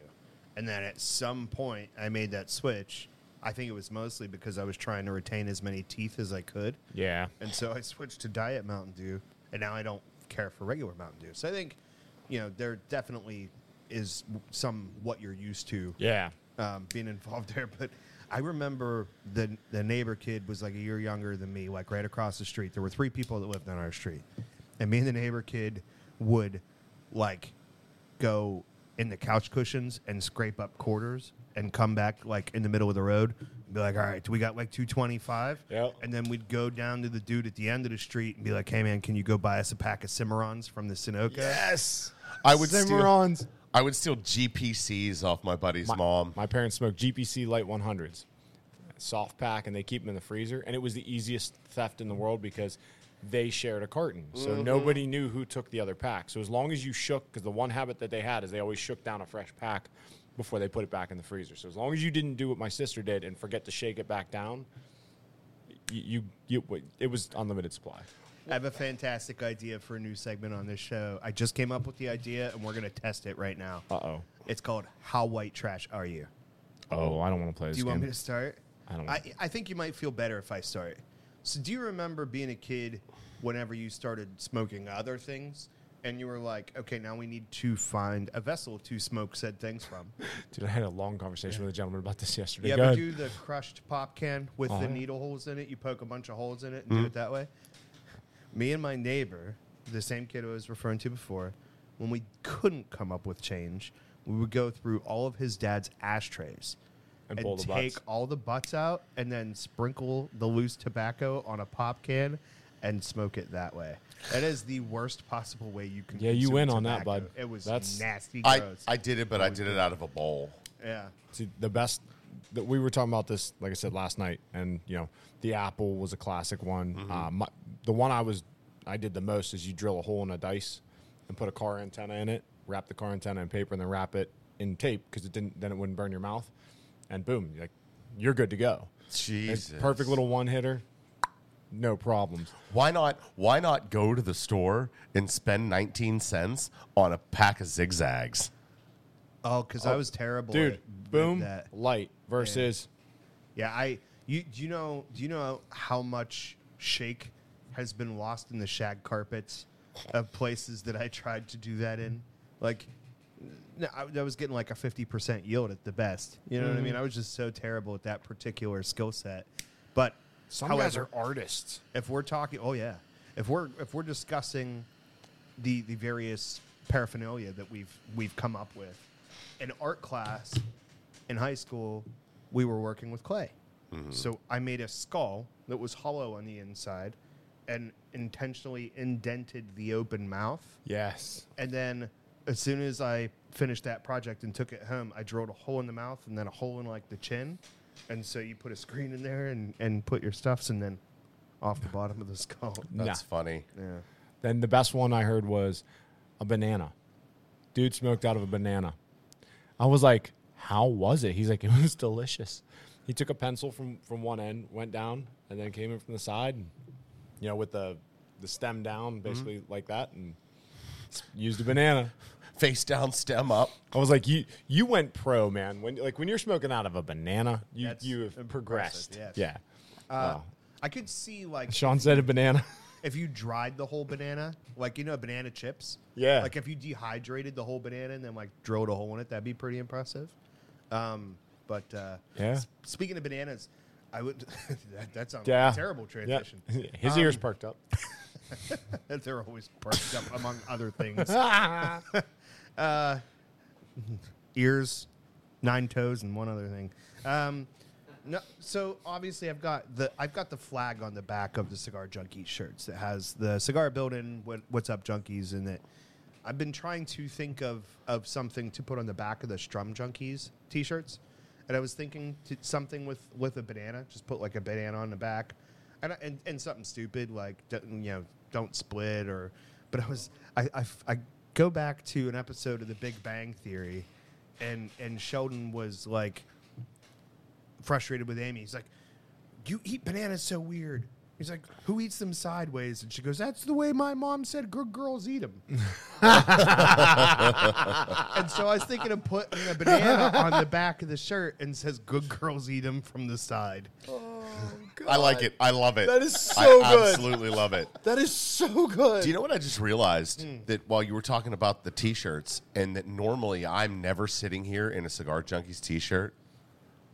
A: And then at some point, I made that switch. I think it was mostly because I was trying to retain as many teeth as I could,
C: yeah.
A: and so I switched to Diet Mountain Dew, and now I don't care for regular Mountain Dew. So I think, you know, there definitely is some what you're used to
C: Yeah.
A: um, being involved there. But I remember the the neighbor kid was like a year younger than me, like right across the street. There were three people that lived on our street, and me and the neighbor kid would like go in the couch cushions and scrape up quarters and come back like in the middle of the road and be like, "All right, do we got like 225?"
C: Yep.
A: And then we'd go down to the dude at the end of the street and be like, "Hey man, can you go buy us a pack of Cimarrons from the Sunoco?"
D: yes. I would steal,
C: Cimarrons.
D: I would steal GPCs off my buddy's mom.
C: Um, My parents smoked GPC Light 100s, soft pack, and they keep them in the freezer. And it was the easiest theft in the world because they shared a carton. So
A: Mm-hmm.
C: nobody knew who took the other pack. So as long as you shook, because the one habit that they had is they always shook down a fresh pack before they put it back in the freezer. So as long as you didn't do what my sister did and forget to shake it back down, you, you, you it was unlimited supply.
A: I have a fantastic idea for a new segment on this show. I just came up with the idea, and we're going to test it right now.
C: Uh oh.
A: It's called "How White Trash Are You."
C: Oh, I don't want to play this
A: Do you want me
C: game.
A: to start?
C: I don't
A: I,
C: want-
A: I think you might feel better if I start. So, do you remember being a kid whenever you started smoking other things, and you were like, "Okay, now we need to find a vessel to smoke said things from."
C: Dude, I had a long conversation with a gentleman about this yesterday.
A: You
C: Go Uh-huh.
A: ever
C: ahead.
A: do the crushed pop can with the needle holes in it? You poke a bunch of holes
C: Mm.
A: in it and do it that way. Me and my neighbor, the same kid I was referring to before, when we couldn't come up with change, we would go through all of his dad's ashtrays
C: And pull the
A: take
C: butts.
A: all the butts out and then sprinkle the loose tobacco on a pop can and smoke it that way. That is the worst possible way you can.
C: Yeah, you
A: consume
C: win on that,
A: tobacco.
C: bud.
A: It was
C: That's-
A: nasty.
D: I,
A: Gross.
D: I did it, but I did it out of a bowl.
A: yeah.
C: See, the best that we were talking about this, like I said last night, and you know, the apple was a classic one. Uh, my, the one I was, I did the most is you drill a hole in a dice and put a car antenna in it, wrap the car antenna in paper, and then wrap it in tape because it didn't, then it wouldn't burn your mouth, and boom, you're like you're good to go. It's
D: Jesus.
C: perfect little one hitter, no problems.
D: Why not? Why not go to the store and spend 19 cents on a pack of zigzags?
A: Oh, because I was terrible.
C: Dude,
A: at- at
C: boom,
A: that.
C: light versus
A: Yeah, I you do you know do you know how much shake has been lost in the shag carpets of places that I tried to do that in? Like no, I, I was getting like a 50% yield at the best. You know what I
C: Mm-hmm.
A: mean? I was just so terrible at that particular skill set. But
C: some guys
A: however,
C: are artists.
A: if we're talking oh yeah. If we're if we're discussing the the various paraphernalia that we've we've come up with, in art class in high school, we were working with clay. So I made a skull that was hollow on the inside and intentionally indented the open mouth.
C: Yes,
A: And then as soon as I finished that project and took it home, I drilled a hole in the mouth and then a hole in like the chin. And so you put a screen in there and, and put your stuffs and then off the bottom of the skull.
D: That's funny.
A: Yeah.
C: Then the best one I heard was a banana. Dude smoked out of a banana. I was like, how was it? He's like, it was delicious. He took a pencil from, from one end, went down, and then came in from the side, and, you know, with the, the stem down,
A: Mm-hmm.
C: basically like that, and s- used a banana.
D: Face down, stem up.
C: I was like, you you went pro, man. When like when you're smoking out of a banana, you
A: That's
C: you have
A: impressive,
C: progressed.
A: yes.
C: Yeah.
A: Uh,
C: Wow.
A: I could see like
C: Sean said a banana.
A: if you dried the whole banana, like you know, banana chips.
C: Yeah.
A: Like if you dehydrated the whole banana and then like drilled a hole in it, that'd be pretty impressive. Um, but uh,
C: Yeah.
A: s- speaking of bananas, I would. that, that sounds
C: yeah.
A: like a terrible
C: Yeah.
A: transition. Um,
C: His ears perked up.
A: They're always perked up among other things. ears, nine toes, and one other thing. Um, no, so obviously I've got the I've got the flag on the back of the cigar junkies shirts that has the cigar building what, what's up junkies in it. I've been trying to think of of something to put on the back of the Strum Junkies t-shirts, and I was thinking to something with with a banana. Just put like a banana on the back, and I- and, and something stupid like don't- you know don't split or. But I was I, I f- I go back to an episode of The Big Bang Theory, and and Sheldon was like frustrated with Amy. He's like, "You eat bananas so weird." He's like, "Who eats them sideways?" And she goes, "That's the way my mom said good girls eat them." and so I was thinking of putting a banana on the back of the shirt and says "Good girls eat them" from the side.
D: I like it. I love it.
C: That is
D: I
C: so good.
D: Absolutely love it.
C: That is so good.
D: Do you know what I just realized?
C: Hmm.
D: That while you were talking about the t-shirts, and that normally I'm never sitting here in a cigar junkies t-shirt,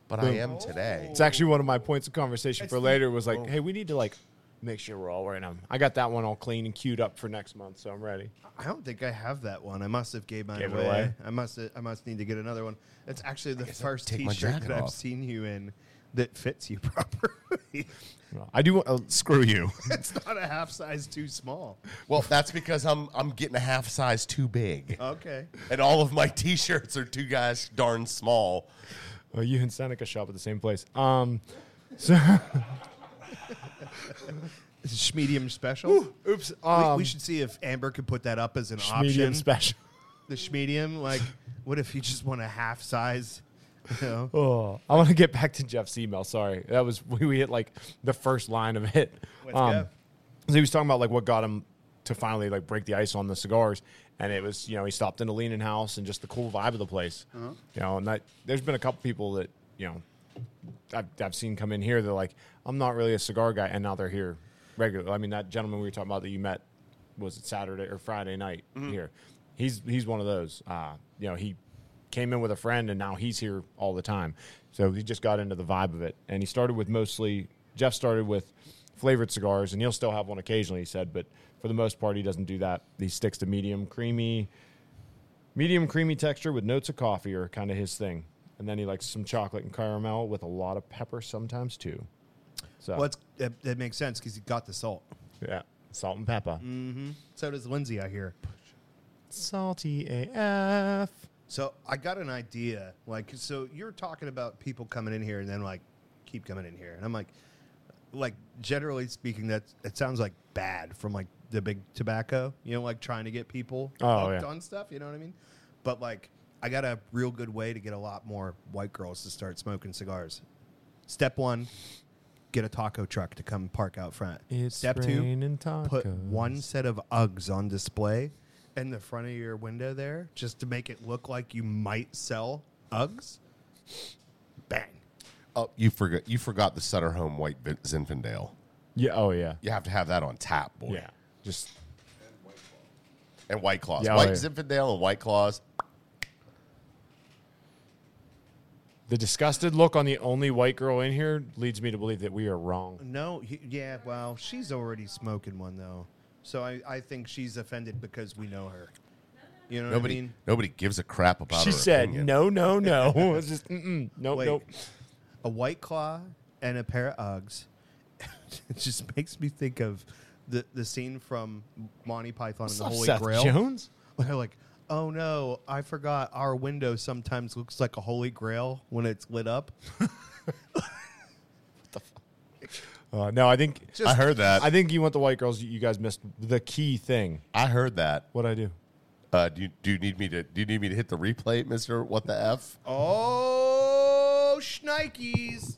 D: but I am today.
C: It's actually one of my points of conversation
A: It's
C: for
A: the-
C: later was like, hey, we need to like make sure we're all wearing them. I got that one all clean and queued up for next month, so I'm ready.
A: I don't think I have that one. I must have gave mine
C: Gave it
A: away.
C: away?
A: I must. I must need to get another one. That's actually the first
D: take my
A: T-shirt
D: jacket
A: that I've
D: off.
A: seen you in that fits you properly.
C: I do. Uh,
D: Screw you.
A: it's not a half size too small.
D: well, that's because I'm I'm getting a half size too big.
C: Uh.
A: Okay.
D: and all of my t-shirts are too guys darn small.
C: oh, you and Seneca shop at the same place. Um,
A: Schmedium special.
C: oops.
A: we,
C: Um,
A: we should see if Amber could put that up as an
C: medium
A: option.
C: special.
A: the schmedium, like, what if you just want a half size? You know?
C: Oh, I want to get back to Jeff's email. Sorry, that was we, we hit like the first line of it. Um,
A: Let's go.
C: So he was talking about like what got him to finally like break the ice on the cigars, and it was you know he stopped in a Leaning House and just the cool vibe of the place. You know, and that there's been a couple people that you know I've, I've seen come in here. They're like, I'm not really a cigar guy, and now they're here regularly. I mean, that gentleman we were talking about that you met was it Saturday or Friday night here. He's he's one of those. Uh, you know, he came in with a friend, and now he's here all the time. So he just got into the vibe of it, and he started with mostly Jeff started with flavored cigars, and he'll still have one occasionally. He said, but For the most part, he doesn't do that. He sticks to medium creamy, medium creamy texture with notes of coffee are kind of his thing. And then he likes some chocolate and caramel with a lot of pepper sometimes too. So
A: Well, it's, it, it makes sense because you got the salt.
C: yeah, salt and pepper,
A: So does Lindsay, I hear.
C: salty AF.
A: So I got an idea. Like, so you're talking about people coming in here and then like keep coming in here, and I'm like, like generally speaking, that it sounds like bad from like the big tobacco. You know, like trying to get people
C: Oh,
A: hooked
C: yeah.
A: on stuff. You know what I mean? But like, I got a real good way to get a lot more white girls to start smoking cigars. Step one. Get a taco truck to come park out front.
C: It's
A: Step two,
C: raining
A: put
C: tacos.
A: one set of Uggs on display in the front of your window there just to make it look like you might sell Uggs. Bang.
D: Oh, you forgot you forgot the Sutter Home White Vin- Zinfandel.
C: Yeah. Oh yeah.
D: You have to have that on tap, boy.
C: Yeah. Just
D: And White Claws.
C: Yeah,
D: White
C: oh, yeah.
D: Zinfandel and White Claws.
C: the disgusted look on the only white girl in here leads me to believe that we are wrong.
A: No, he- yeah, well, she's already smoking one though. So I, I think she's offended because we know her. You know
D: Nobody
A: what I mean?
D: nobody gives a crap about
C: She
D: her
C: said,
D: opinion.
C: "No, no, no." It's just, mm-mm, nope,
A: Wait.
C: nope.
A: A white claw and a pair of Uggs. it just makes me think of the, the scene from Monty Python and the
C: What's up,
A: Holy
C: Seth
A: Grail.
C: Jones.
A: They're like, oh no, I forgot our window sometimes looks like a holy grail when it's lit up.
C: Uh, no, I think
D: I heard that.
C: I think you want the white girls. You guys missed the key thing.
D: I heard that.
C: What I do?
D: Uh, do you do you need me to do you need me to hit the replay, Mister? What the f?
A: Oh, shnikes.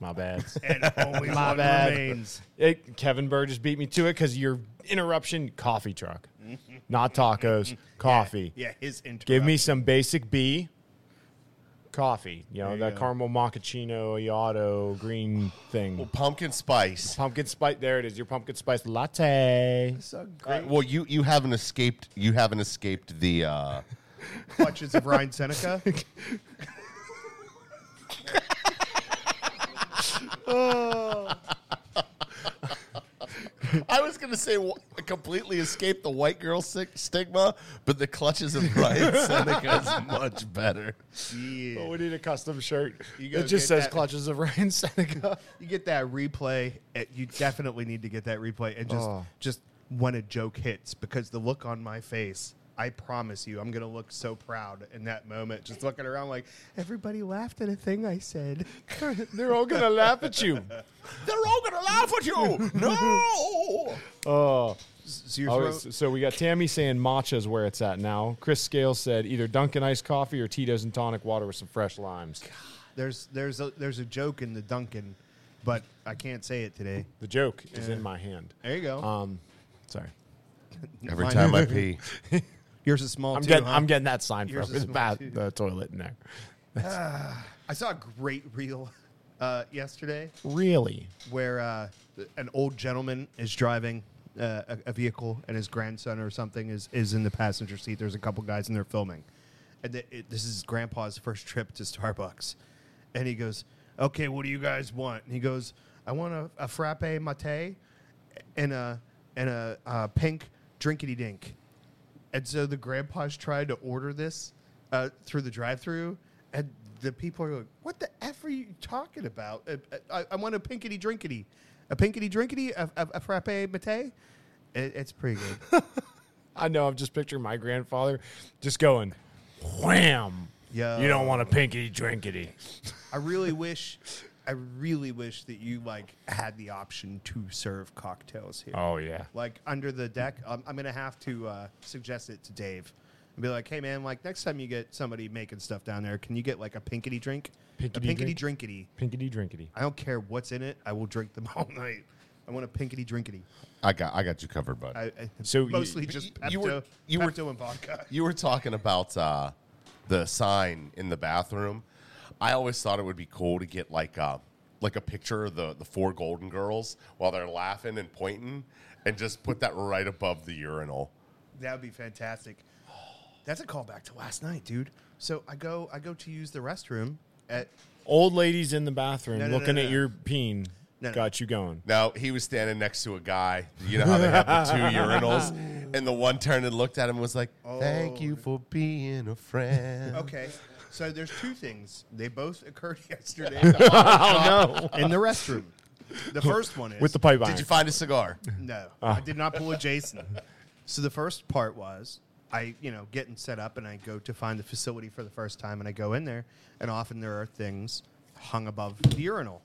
C: My bad.
A: And only
C: My
A: one
C: bad.
A: remains.
C: It- Kevin Burr just beat me to it because your interruption coffee truck, not tacos, coffee.
A: Yeah, his interrupt.
C: Give me some basic B coffee. You know
A: you
C: that
A: go.
C: caramel macchiato, iato, green thing.
D: Well, pumpkin spice.
C: Oh, Pumpkin spice. There it is. Your pumpkin spice latte.
A: so
D: Uh,
A: great
D: well, you you haven't escaped you haven't escaped the uh,
A: clutches of Ryan Seneca.
D: I was going to say w- completely escape the white girl sig- stigma, but the clutches of Ryan Seneca is much better.
A: Yeah.
C: Oh, we need a custom shirt.
A: You
C: it
A: go
C: just
A: get
C: says
A: that.
C: clutches of Ryan Seneca.
A: You get that replay. eh, You definitely need to get that replay and just
C: Oh.
A: just when a joke hits because the look on my face. I promise you, I'm gonna look so proud in that moment. Just looking around like everybody laughed at a thing I said.
C: They're all gonna laugh at you.
D: They're all going to laugh at you. No.
A: So your
C: Oh,
A: throat-
C: it's- so we got Tammy saying matcha's where it's at now. Chris Scale said either Dunkin' iced coffee or Tito's and tonic water with some fresh limes.
A: There's there's a there's a joke in the Duncan, but I can't say it today.
C: The joke is in my hand.
A: There you go.
C: Um, sorry.
D: Every
A: Mine-
D: time I pee,
A: yours is small
C: I'm
A: too.
C: getting
A: huh?
C: I'm getting that sign from
A: Yours is
C: the,
A: small,
C: bath,
A: too.
C: the toilet in there.
A: I saw a great reel uh, yesterday
C: Really?
A: where uh, an old gentleman is driving uh, a, a vehicle and his grandson or something is, is in the passenger seat. There's a couple guys and they're filming. And th- it, this is grandpa's first trip to Starbucks. And he goes, Okay, what do you guys want? And he goes, I want a, a frappe mate and a, and a, uh pink drinkity dink. And so the grandpa's tried to order this uh, through the drive through, and the people are like, What the F are you talking about? Uh, I, I want a pinkity drinkity. A pinkity drinkity? A, a, a frappe mate? It, it's pretty good.
C: I know. I'm just picturing my grandfather just going, wham.
A: Yo.
C: You don't want a pinkity drinkity.
A: I really wish. I really wish that you like had the option to serve cocktails here.
C: Oh, yeah.
A: like under the deck. I'm, I'm gonna have to uh, suggest it to Dave and be like, "Hey, man, like next time you get somebody making stuff down there, can you get like a pinkity drink, a
C: Pinkity
A: pinkity
C: drink?
A: drinkity?
C: Pinkity drinkity.
A: I don't care what's in it. I will drink them all night. I want a pinkity drinkity.
D: I got I got you covered, bud.
A: I, I
C: So you-
A: mostly
D: but
A: just
D: y-
A: Pepto,
D: you were- you were-
A: Pepto and vodka.
D: you were talking about uh, the sign in the bathroom. I always thought it would be cool to get like a like a picture of the the four golden girls while they're laughing and pointing, and just put that right above the urinal.
A: That would be fantastic. That's a callback to last night, dude. So I go, I go to use the restroom at
C: Old ladies in the bathroom
A: No, no, no,
C: looking
A: no,
C: at
A: no.
C: your peen.
A: No, no.
C: got you going.
D: No, he was standing next to a guy. You know how they have the two urinals, and the one turned and looked at him and was like, "Thank you for being a friend."
A: Okay. So there's two things. They both occurred yesterday
C: Oh
A: in the restroom. The first one is
C: With the pipe iron.
D: Did you find a cigar?
A: No, I did not pull a Jason. so the first part was I, you know, getting set up and I go to find the facility for the first time and I go in there and often there are things hung above the urinal.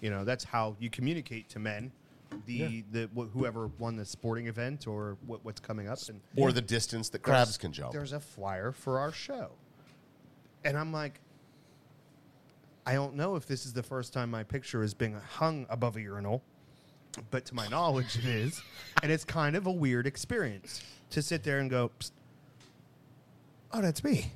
A: You know, that's how you communicate to men. The the wh- whoever won the sporting event or what, what's coming up and
D: Or the distance that crabs can jump?
A: there's a flyer for our show. And I'm like, I don't know if this is the first time my picture is being hung above a urinal, but to my knowledge, it is. And it's kind of a weird experience to sit there and go, Psst, oh, that's me.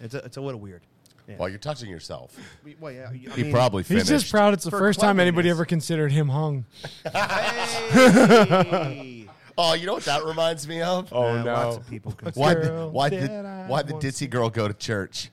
A: It's a, it's a little weird. Yeah.
D: While you're touching yourself,
A: We- well, yeah, I
D: he
A: mean-
D: probably
C: He's
D: finished.
C: just proud it's the
A: For
C: first time anybody
A: cleanliness.
C: ever considered him hung.
A: Hey!
D: Oh, you know what that reminds me of?
C: Oh
A: Uh,
C: no.
A: Lots of people can
D: Why?
C: Girl
D: why did
C: that I
D: why the
C: once-
D: ditzy girl go to church?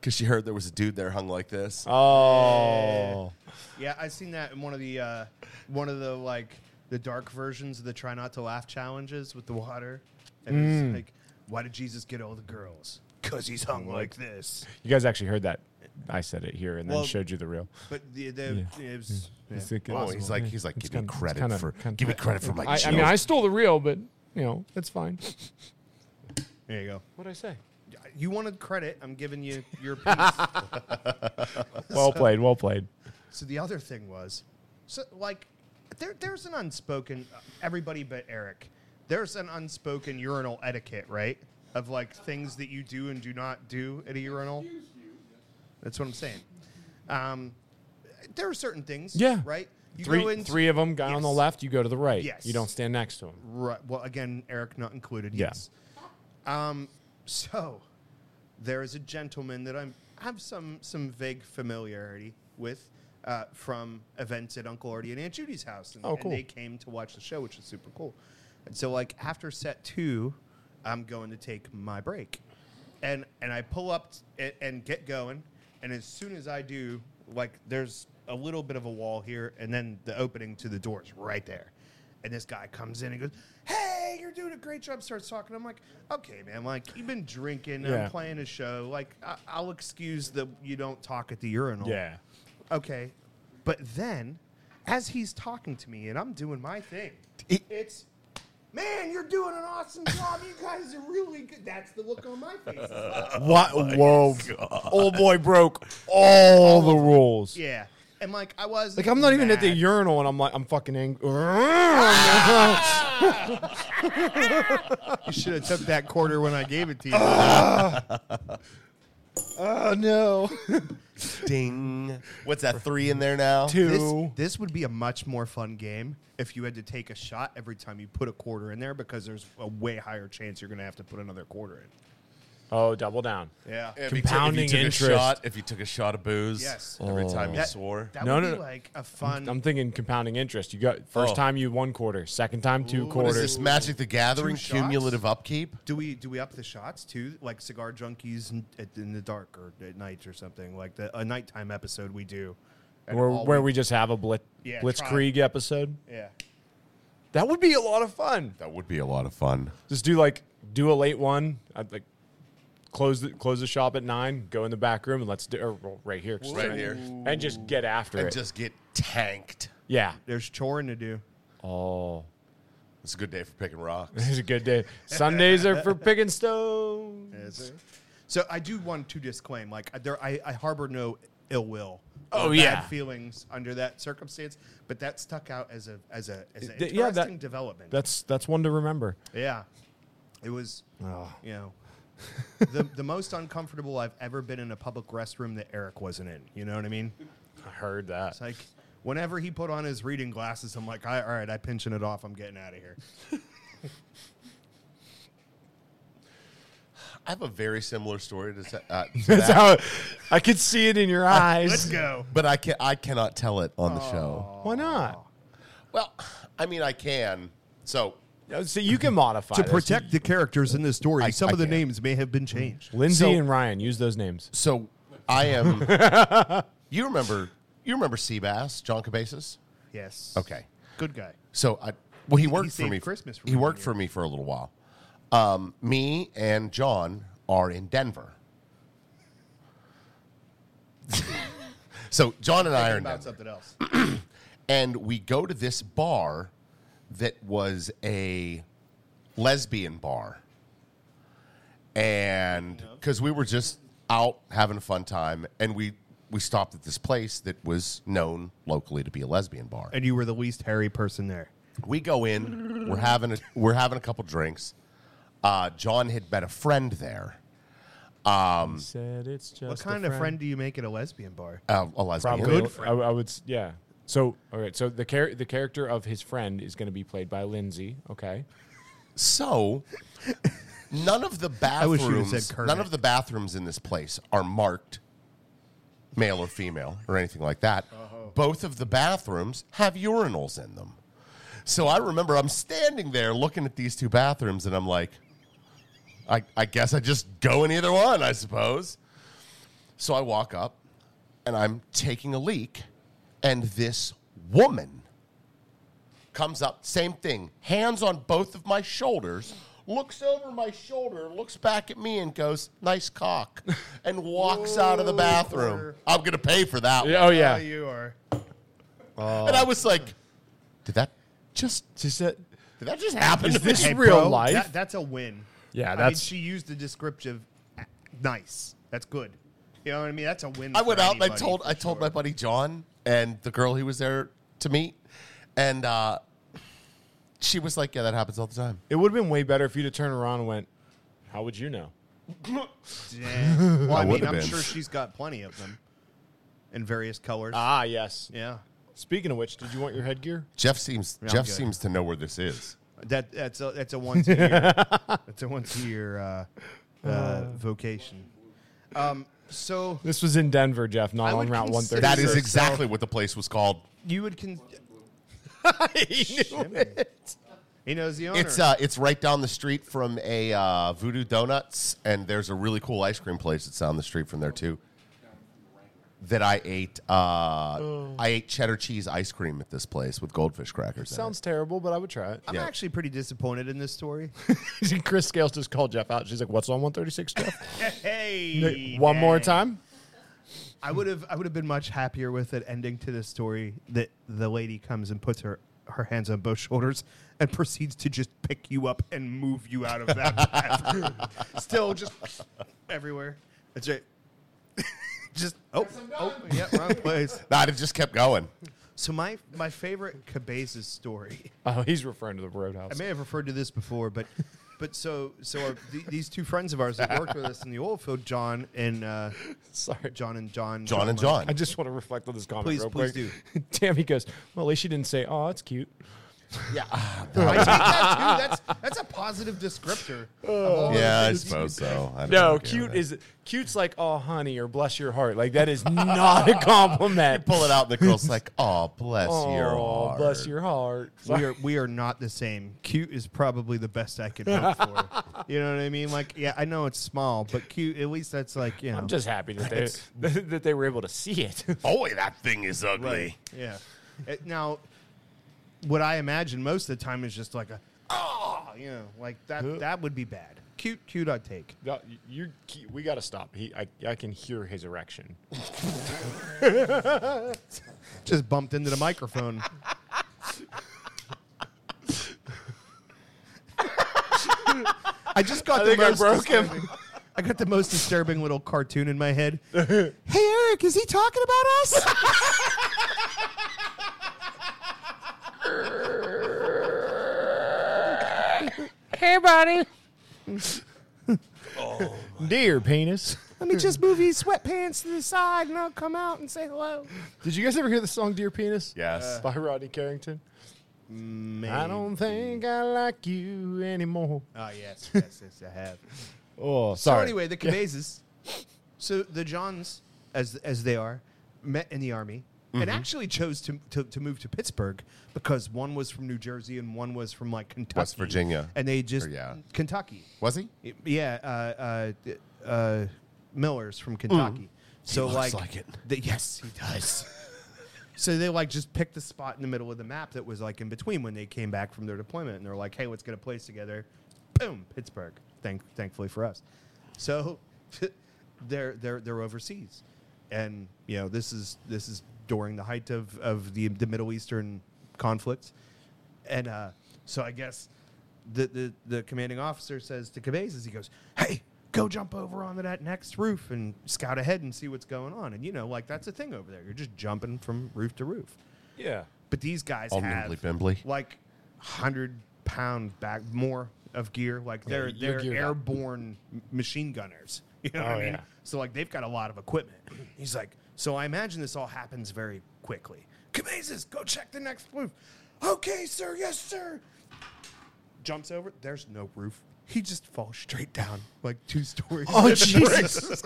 D: Because she heard there was a dude there hung like this.
C: Oh.
A: Yeah, I seen that in one of the uh, one of the like the dark versions of the try not to laugh challenges with the water. And it's like, why did Jesus get all the girls? Cause he's hung like this.
C: You guys actually heard that. I said it here and then
A: Well-
C: showed you the reel.
A: But the, the it was, yeah.
C: It's like-
D: Oh, he's like he's like
C: It's
D: give me
C: kinda- it's
D: credit
C: kinda-
D: for
C: kinda-
D: give me credit for my.
C: I, I
D: jokes."
C: mean, I stole the reel, but you know, it's fine.
A: there you go.
C: What'd I say?
A: You wanted credit. I'm giving you your piece.
C: Well played, well played.
A: So the other thing was, so like, there, there's an unspoken everybody but Eric. There's an unspoken urinal etiquette, right? Of like things that you do and do not do at a urinal. That's what I'm saying. Um, there are certain things,
C: Yeah.
A: right? You
C: three,
A: go in
C: three of them. Guy on the
A: Yes.
C: left, you go to the right.
A: Yes.
C: You don't stand next to him.
A: Right. Well, again, Eric not included.
C: Yeah.
A: Yes. Um, so there is a gentleman that I have some some vague familiarity with uh, from events at Uncle Artie and Aunt Judy's house, and,
C: Oh, cool.
A: and they came to watch the show, which is super cool. And so, like after set two, I'm going to take my break, and and I pull up and, and get going, and as soon as I do, like there's a little bit of a wall here, and then the opening to the door is right there. And this guy comes in and goes, "Hey, you're doing a great job." Starts talking. I'm like, "Okay, man. Like you've been drinking.
C: Yeah.
A: I'm playing a show. Like I- I'll excuse the you don't talk at the urinal."
C: Yeah.
A: Okay. But then, as he's talking to me and I'm doing my thing, it's, man, you're doing an awesome job. You guys are really good. That's the look on my face.
C: What? Whoa. Old boy broke all the rules.
A: yeah. And like, I was.
C: Like I'm not even at the
A: mad.
C: urinal and I'm like I'm fucking angry.
A: You should have took that quarter when I gave it to you.
C: oh no.
D: Ding. What's that three in there now?
A: this,
C: Two.
A: this would be a much more fun game if you had to take a shot every time you put a quarter in there because there's a way higher chance you're going to have to put another quarter
C: Oh, double down.
A: in. Yeah.
D: If you took- if you
C: Compounding
D: took a
C: interest.
D: shot- if you took a shot of booze,
A: Yes.
D: every time you
A: That-
D: swore.
A: That
C: Oh. No,
A: would
C: no,
A: be
C: no.
A: like a fun.
C: I'm thinking compounding interest. You got first
D: Oh.
C: time you one quarter, second time two
D: What is
C: quarters.
D: this Magic the Gathering
A: Two shots?
D: cumulative upkeep?
A: Do we do we up the shots too, like cigar junkies in, at- in the dark or at night or something like the a nighttime episode we do, and
C: Where,
A: all
C: where we just have a blit,
A: Yeah,
C: blitzkrieg episode.
A: yeah
C: That would be a lot of fun.
D: That would be a lot of fun.
C: Just do like do a late one. I'd like close the close the shop at nine. Go in the back room and let's do or well, right here, 'cause-
D: Right here.
C: and just get after
D: And
C: it.
D: just get tanked.
C: yeah.
A: there's choring to do.
C: Oh,
D: It's a good day for picking rocks.
C: this is a good day. Sundays are for picking stones.
A: So I do want to disclaim, like I- there, I, I harbor no ill will. or
C: Oh,
A: bad
C: yeah.
A: feelings under that circumstance, but that stuck out as a as a as an
C: Th-
A: interesting
C: yeah, that-
A: development.
C: That's that's one to remember.
A: yeah, it was. You know, the the most uncomfortable I've ever been in a public restroom that Eric wasn't in. You know what I mean?
C: I heard that.
A: It's like whenever he put on his reading glasses, I'm like, all right, all right, I pinching it off. I'm getting out of here.
D: I have a very similar story to, sa- uh, to
C: That's
D: that,
C: how I could see it in your eyes.
A: Let's go.
D: but I can I cannot tell it on the show.
C: Why not?
D: Well, I mean I can. So
C: Uh, So you can modify this.
A: the characters in this story,
D: some I of the can't. names
A: may have been changed.
C: Lindsay
D: So-
C: and Ryan. Use those names.
D: so I am. you remember you remember Seabass, John Cabezas?
A: Yes.
D: Okay.
A: Good guy.
D: So I well he worked for
A: saved
D: me.
A: Christmas for
D: he
A: one
D: worked
A: year.
D: for me for a little while. Um, me and John are in Denver. so John and I
A: Thinking
D: are in
A: about
D: Denver
A: something else.
D: and we go to this bar that was a lesbian bar. And because we were just out having a fun time, and we, we stopped at this place that was known locally to be a lesbian bar.
A: and you were the least hairy person there.
D: We go in, we're having a, we're having a couple drinks. Uh, John had met a friend there,
C: Said it's just
A: What kind of friend do you make at a lesbian bar?
D: uh, a lesbian.
C: Probably, I, I would. s- Yeah. So, all right. So the char- the character of his friend is going to be played by Lindsay. Okay.
D: So none of the
A: wish you'd have
D: bathrooms
A: said Kermit.
D: none of the bathrooms in this place are marked male or female or anything like that.
A: Uh-huh.
D: Both of the bathrooms have urinals in them. So I remember I'm standing there looking at these two bathrooms and I'm like I, I guess I just go in either one, I suppose. So I walk up and I'm taking a leak and this woman comes up, same thing, hands on both of my shoulders, looks over my shoulder, looks back at me, and goes, "Nice cock," and walks out of the bathroom. I'm gonna pay for that.
C: Yeah, oh
A: Oh,
C: yeah.
A: you are.
D: One. And I was like, "Did that just
C: Just that.
D: did that just happen?"
C: Is
D: to me?"
C: this
A: Hey,
C: real
A: bro,
C: life?
A: that- that's a win.
C: Yeah,
A: I mean,
C: that's-
A: she used the descriptive uh, nice. That's good. You know what I mean? That's a win.
D: I went
A: for
D: out and I
A: anybody,
D: told
A: for
D: I told
A: sure.
D: my buddy John and the girl he was there to meet, and uh, she was like, "Yeah, that happens all the time."
C: It would have been way better if you'd have turned around and went, "How would you know?"
A: Dang. Well, I,
D: I
A: mean,
D: would've
A: I'm
D: been.
A: sure she's got plenty of them in various colors.
C: Ah, yes.
A: yeah.
C: Speaking of which, did you want your headgear?
D: Jeff seems
A: Yeah, I'm
D: Jeff
A: good.
D: seems to know where this is.
A: That that's a that's a once a year that's a once a year uh, uh, vocation. Um, so
C: This was in Denver, Jeff, not
A: I
C: on
A: would
C: Route One
A: consider-
C: Thirty.
D: That is
A: So-
D: exactly what the place was called.
A: you would con-
C: knew it.
A: he knows the owner.
D: It's uh, it's right down the street from a uh, Voodoo Donuts, and there's a really cool ice cream place that's down the street from there too. That I ate, uh,
C: Oh.
D: I ate cheddar cheese ice cream at this place with goldfish crackers. in it.
C: Sounds terrible, but I would try it.
A: I'm
D: yeah.
A: actually pretty disappointed in this story.
C: Chris Scales just called Jeff out. She's like, "What's on 136, Jeff?"
A: hey,
C: One more
A: dang.
C: time.
A: I would have I would have been much happier with an ending to this story that the lady comes and puts her her hands on both shoulders and proceeds to just pick you up and move you out of that bathroom. Still just everywhere. That's right. just oh, oh yeah, wrong place.
D: Nah, it just kept going.
A: So my my favorite Cabezas story.
C: Oh, he's referring to the Roadhouse.
A: I may have referred to this before, but but so so our, th- these two friends of ours that worked with us in the oil field, John and uh,
C: Sorry,
A: John and John,
D: John and
A: Mike.
D: John.
C: I just want to reflect on this comment
A: Please-
C: real
A: please
C: quick. do. Tammy goes, Well, at least she didn't say, Oh, that's cute.
A: I take that too. That's that's a positive descriptor. of all
D: yeah,
A: the
D: I
A: things you
D: suppose
A: could say.
D: so. I don't
C: No,
D: really care
C: cute
D: about it.
C: is cute's like, Oh, honey, or bless your heart. Like, that is not a compliment.
D: Pull it out, and the girl's like, "Oh, bless your
C: Aw, Oh,
D: heart."
C: bless your heart.
A: We are we are not the same. Cute is probably the best I could hope for. You know what I mean? Like, yeah, I know it's small, but cute. At least that's like you know.
C: I'm just happy that they that they were able to see it.
D: Boy, that thing is ugly.
A: yeah. Uh, now, what I imagine most of the time is just like a oh, you know, like that. That would be bad. Cute, cute. I'd take.
C: No, you you- we got to stop. He, I, I can hear his erection.
A: Just bumped into the microphone. I just got
C: I
A: the
C: think I
A: most
C: broke him.
A: disturbing- I got the most disturbing little cartoon in my head. hey Eric, is he talking about us?
C: Hey, buddy. Dear penis.
A: Let me just move these sweatpants to the side and I'll come out and say hello.
C: Did you guys ever hear the song "Dear Penis"?
D: Yes. Uh,
C: by Rodney Carrington. I don't think I like you anymore.
A: Oh Ah, yes, yes, yes, I have.
C: Oh,
A: So
C: sorry.
A: anyway, the Cabezas, so the Johns, as as they are, met in the army
D: Mm-hmm.
A: and actually chose to, to to move to Pittsburgh because one was from New Jersey and one was from like Kentucky,
D: Virginia.
A: and they just
D: Or, yeah.
A: Kentucky,
D: Was he?
A: Y- yeah, uh, uh, uh, Miller's from Kentucky. So
D: Mm. looks
A: like,
D: like it.
A: the- yes, he does. So they like just picked a spot in the middle of the map that was like in between when they came back from their deployment, and they're like, "Hey, let's get a place together." Boom, Pittsburgh. Thank, thankfully for us. So they're they're they're overseas, and you know this is this is during the height of of the the Middle Eastern conflicts, and uh, so I guess the, the the commanding officer says to Cabezas, he goes, "Hey." Go jump over onto that next roof and scout ahead and see what's going on. And you know, like that's a thing over there. You're just jumping from roof to roof.
C: Yeah.
A: But these guys
D: All
A: have
D: nimbly bimbly.
A: like hundred pound back more of gear. Like they're
C: you're
A: they're
C: geared up.
A: airborne m- machine gunners. You know what
C: Oh,
A: I mean?
C: yeah.
A: So like they've got a lot of equipment. He's like, so I imagine this all happens very quickly. Cabezas, go check the next roof. Okay, sir. Yes, sir. Jumps over. There's no roof. He just falls straight down like two stories.
C: Oh Jesus.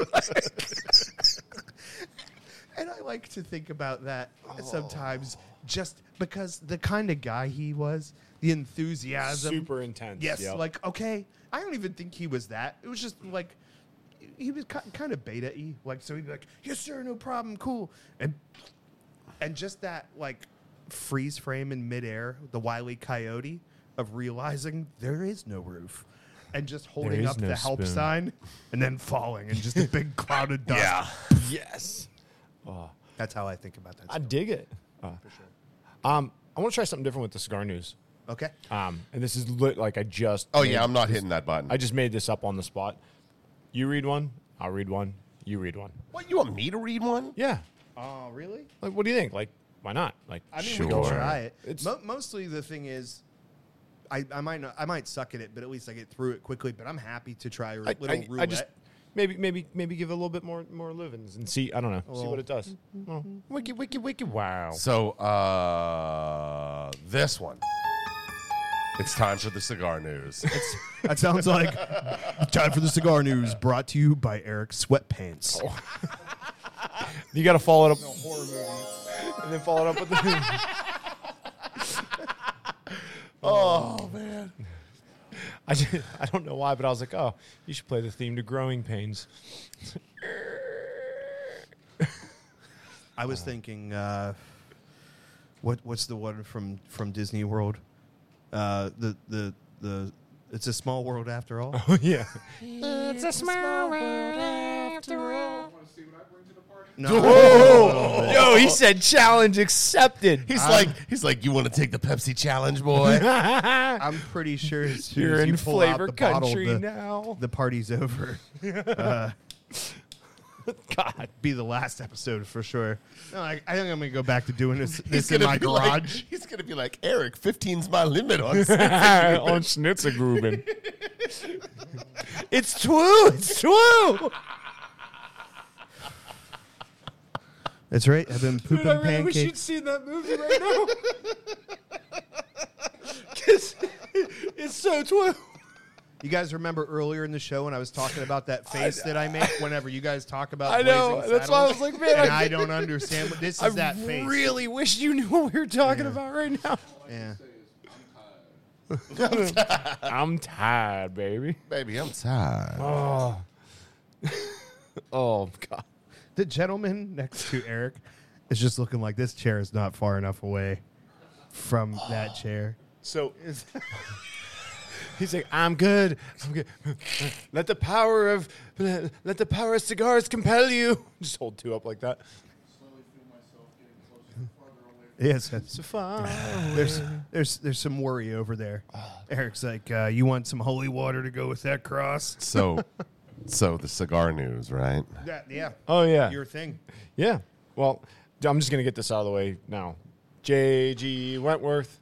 A: And I like to think about that
C: Oh.
A: sometimes just because the kind of guy he was, the enthusiasm.
C: Super intense.
A: Yes,
C: Yep.
A: like, okay. I don't even think he was that. It was just like, he was ki- kind of beta y. Like, so he'd be like, yes, sir, no problem, cool. And, and just that, like, freeze frame in midair, the wily coyote of realizing there is no roof. And just holding
C: is
A: up
C: no
A: the help
C: spoon.
A: sign and then falling and just a big cloud of dust. Yeah.
C: yes.
A: That's how I think about that.
C: I dig it. Um, I want to try something different with the cigar news.
A: Okay.
C: Um, and this is lit like I just.
D: Oh
C: made-
D: yeah, I'm not hitting that button.
C: I just made this up on the spot. You read one. I'll read one. You read one.
D: what you want me to read one?
C: Yeah.
A: Oh, really?
C: Like, what do you think? Like, why not? Like,
A: I mean,
D: Sure.
A: we can try it.
C: It's-
A: Mo- mostly, the thing is, I, I might not, I might suck at it, but at least I get through it quickly. But I'm happy to try a
C: I,
A: little
C: I-
A: roulette.
C: I just maybe maybe maybe give it a little bit more more livings and see. I don't know. see what it does. Oh, wiki wiki wiki. Wow.
D: So uh this one. It's time for the cigar news.
A: that sounds like time for the cigar news brought to you by Eric Sweatpants.
C: You got to follow it up. and then follow it up with the.
D: oh man.
C: I, just, I don't know why, but I was like, oh, you should play the theme to Growing Pains.
A: I was thinking, uh, what what's the one from from Disney World? Uh, the the the it's a small world after all.
C: Oh yeah.
A: No.
C: Yo, he said challenge accepted.
D: He's like he's like, You wanna take the Pepsi challenge, boy?
A: I'm pretty sure as soon
C: You're
A: as
C: in
A: you pull out
C: flavor
A: the bottle,
C: country
A: the-
C: now.
A: the party's over.
C: God.
A: be the last episode for sure. No, I, I think I'm gonna go back to doing this,
D: He's
A: this in
D: gonna
A: my
D: be like-
A: garage.
D: he's gonna be like, Eric, 15's my limit on
C: on Schnitzergruben. it's true. It's true.
A: That's right. I've been pooping
C: see that movie right now. Because it's so true.
A: You guys remember earlier in the show when I was talking about that face that I make whenever you guys talk about
C: I know.
A: blazing
C: That's why I
A: saddles?
C: was like, man,
A: and
C: I-
A: I don't understand. What, this is
C: I
A: that face.
C: really wish you knew what we were talking about right now.
A: yeah.
C: I'm tired, baby.
D: Baby, I'm tired.
C: Oh. oh, God.
A: The gentleman next to Eric is just looking like this chair is not far enough away from that chair.
C: So he's like, I'm good. I'm good. Let the power of let, let the power of cigars compel you. Just hold two up like that.
A: Yes.
C: So far.
A: There's there's there's some worry over there. Eric's like, uh, you want some holy water to go with that cross?
D: So so the cigar news, right?
A: That, yeah.
C: Oh yeah.
A: Your thing.
C: yeah. Well, I'm just gonna get this out of the way now. JG Wentworth.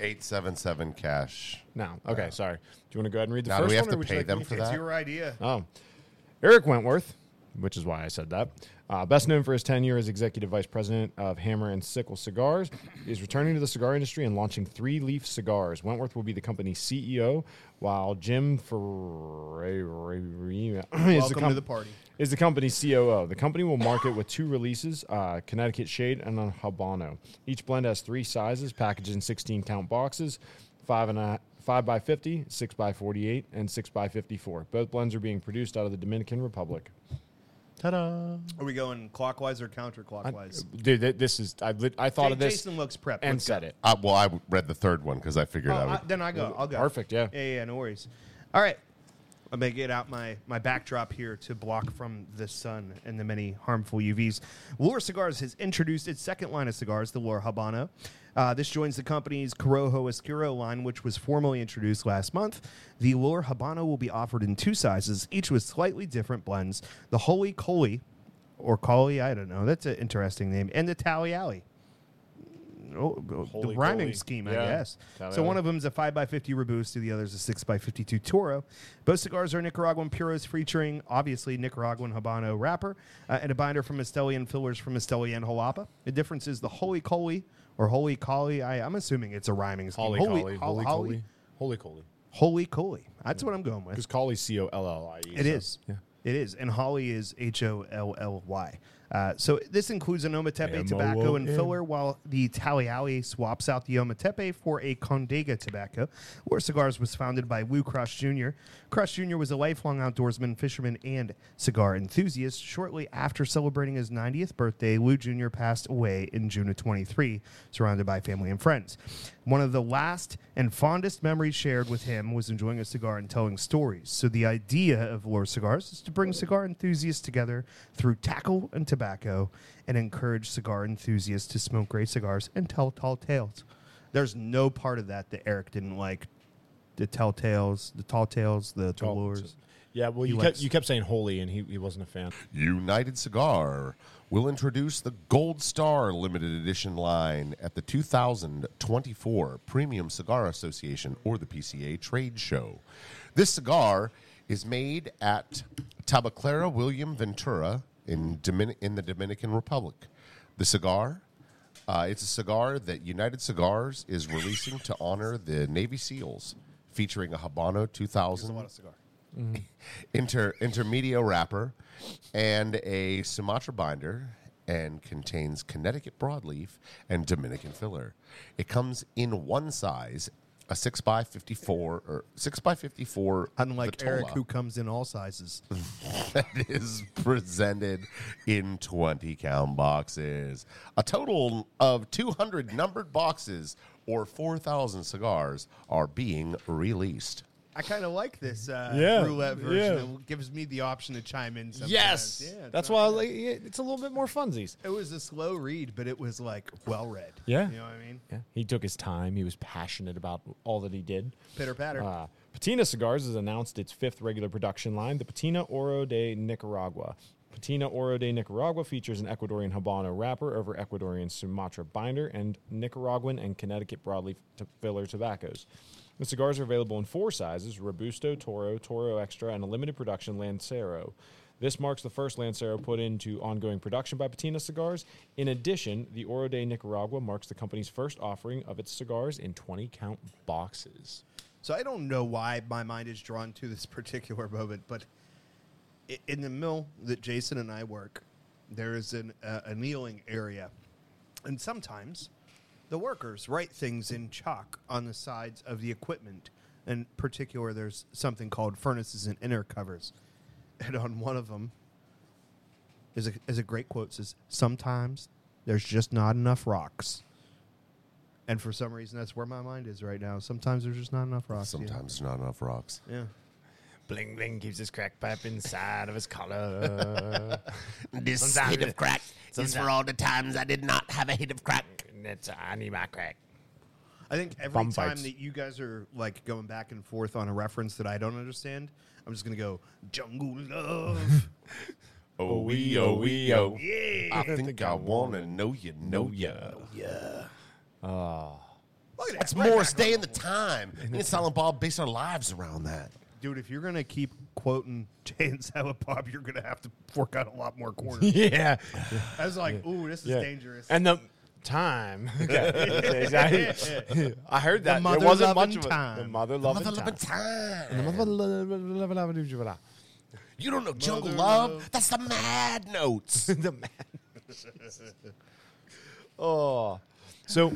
D: Eight seven seven cash.
C: No. Okay, sorry. Do you want to go ahead and read the
D: Now
C: first
D: do we have
C: one,
D: to
C: or would you
D: pay
C: like
D: them
C: me-
D: for
A: It's
D: that?
A: your idea.
C: Oh. Eric Wentworth, which is why I said that, uh, best known for his tenure as executive vice president of Hammer and Sickle Cigars, is returning to the cigar industry and launching Three Leaf Cigars. Wentworth will be the company's CEO, while Jim Ferreira is
A: Welcome to the party.
C: is the company's COO. The company will market with two releases uh, Connecticut Shade and a Habano. Each blend has three sizes, packaged in 16 count boxes. Five and a five by 50, six by 48, and six by 54. Both blends are being produced out of the Dominican Republic.
D: Ta-da!
A: Are we going clockwise or counterclockwise?
C: Dude, th- this is I, lit- I thought
A: Ja-
C: of this
A: Jason looks prepped.
C: and
A: Let's go.
C: said it.
D: Uh, well, I read the third one because I figured
A: Oh,
D: I would.
A: I- then I go. I'll go.
C: Perfect, yeah.
A: Yeah, yeah, no worries. All right. I'm going to get out my, my backdrop here to block from the sun and the many harmful UVs. Lure Cigars has introduced its second line of cigars, the Lure Habano. Uh, this joins the company's Corojo Oscuro line, which was formally introduced last month. The Lure Habano will be offered in two sizes, each with slightly different blends. The Holy Coley, or Coley, I don't know. That's an interesting name. And the Tally Alley. Oh, oh, the
C: Holy
A: rhyming
C: coly.
A: scheme, I
C: Yeah.
A: guess.
C: Tally
A: So one
C: alley.
A: of them is a 5x50 Robusto, the other is a 6x52 Toro. Both cigars are Nicaraguan puros featuring, obviously, Nicaraguan Habano wrapper uh, and a binder from Esteli and fillers from Esteli and Jalapa. The difference is the Holy Coley or Holy Coley. I, I'm assuming it's a rhyming scheme.
C: Holy
A: Holy,
C: Collie.
A: Hol-
C: Holy
A: Holy-
C: Collie. Holy Collie.
A: Holy Coley. That's what I'm going with.
C: Because Collie C O L L I E.
A: It is.
C: Yeah.
A: It is. And Holly is H O L L Y. Uh, so this includes an Ometepe tobacco and
C: M O O N.
A: filler, while the Tally Alley swaps out the Ometepe for a Condega tobacco. War Cigars was founded by Lou Crush Jr. Crush Jr. was a lifelong outdoorsman, fisherman, and cigar enthusiast. Shortly after celebrating his 90th birthday, Lou Jr. passed away in June of 23, surrounded by family and friends. One of the last and fondest memories shared with him was enjoying a cigar and telling stories. So the idea of Lore Cigars is to bring cigar enthusiasts together through tackle and tobacco and encourage cigar enthusiasts to smoke great cigars and tell tall tales. There's no part of that that Eric didn't like. The tell tales, the tall tales, the, the lures.
C: Yeah, well, you
A: He
C: kept,
A: likes-
C: you kept saying holy, and he, he wasn't a fan.
D: United Cigar will introduce the Gold Star Limited Edition line at the 2024 Premium Cigar Association or the PCA Trade Show. This cigar is made at Tabaclera William Ventura in, Domin- in the Dominican Republic. The cigar uh, it's a cigar that United Cigars is releasing to honor the Navy SEALs, featuring a Habano 2000 inter, intermedio wrapper and a Sumatra binder, and contains Connecticut broadleaf and Dominican filler. It comes in one size, a six x fifty-four or six x fifty-four.
A: Unlike Eric,
D: Vitola
A: who comes in all sizes.
D: that is presented in 20 count boxes. A total of 200 numbered boxes or 4,000 cigars are being released.
A: I kind of like this uh,
C: Yeah,
A: roulette version.
C: yeah.
A: It gives me the option to chime in. Sometimes. it's
C: that's
A: not
C: why I
A: bad.
C: was like, yeah, it's a little bit more funsies.
A: It was a slow read, but it was like well read.
C: Yeah.
A: you know what I mean.
C: Yeah, he took his time. He was passionate about all that he did.
A: Pitter patter.
C: Uh, Patina Cigars has announced its fifth regular production line, the Patina Oro de Nicaragua. Patina Oro de Nicaragua features an Ecuadorian Habano wrapper over Ecuadorian Sumatra binder and Nicaraguan and Connecticut broadleaf to filler tobaccos. The cigars are available in four sizes Robusto, Toro, Toro Extra, and a limited production Lancero. This marks the first Lancero put into ongoing production by Patina Cigars. In addition, the Oro de Nicaragua marks the company's first offering of its cigars in 20 count boxes.
A: so I don't know why my mind is drawn to this particular moment, but i- in the mill that Jason and I work, there is an, uh, a kneeling area, and sometimes the workers write things in chalk on the sides of the equipment. In particular, there's something called furnaces and inner covers, and on one of them is a, is a great quote says sometimes there's just not enough rocks and for some reason that's where my mind is right now sometimes there's just not enough rocks yeah.
D: Sometimes not enough rocks.
A: yeah,
C: Bling Bling keeps his crack pipe inside of his collar.
D: This
C: Sometimes hit of it-
D: crack
C: sometimes- for
D: all the times I did not have a hit of crack.
C: That's I need my crack.
A: i think every
C: Bum
A: time
C: fights.
A: that you guys are like going back and forth on a reference that i don't understand i'm just gonna go jungle love
D: Oh, wee, oh, wee, oh.
A: yeah
D: I think I want to know you, know ya.
A: Look at that.
D: That's
A: Right back
D: more
A: on
D: stay in
A: the
D: the time. Me and Silent Bob base our lives around that.
A: dude if you're gonna keep quoting jay and silent bob you're gonna have to fork out a lot more corners
C: Yeah,
A: i was like ooh this is
C: yeah.
A: dangerous
C: And the time. Okay. Exactly. I heard that.
A: mother
C: there wasn't
A: loving
C: much of it. The
A: time.
C: mother
D: Mother
C: loving
D: loving
C: time.
D: time.
C: Mother loving time.
D: You don't know Jungle Love? That's the Mad Notes.
C: the man. oh, so I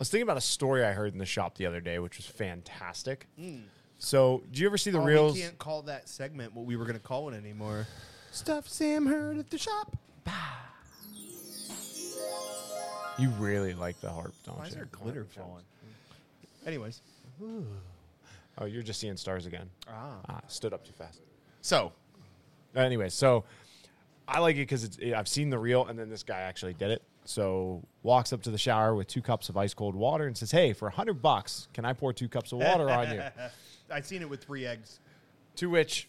C: was thinking about a story I heard in the shop the other day, which was fantastic. So, do you ever see the
A: Oh,
C: reels?
A: we can't call that segment what we were gonna call it anymore Stuff Sam heard at the shop.
C: You really like the harp, don't you?
A: glitter falling? Anyways,
C: Oh, you're just seeing stars again.
A: Ah.
C: stood up too fast.
D: So
C: Anyway, so I like it because I've seen the reel, and then this guy actually did it. So walks up to the shower with two cups of ice cold water and says, "Hey, for a hundred bucks, can I pour two cups of water on you?"
A: I seen it with three eggs.
C: To which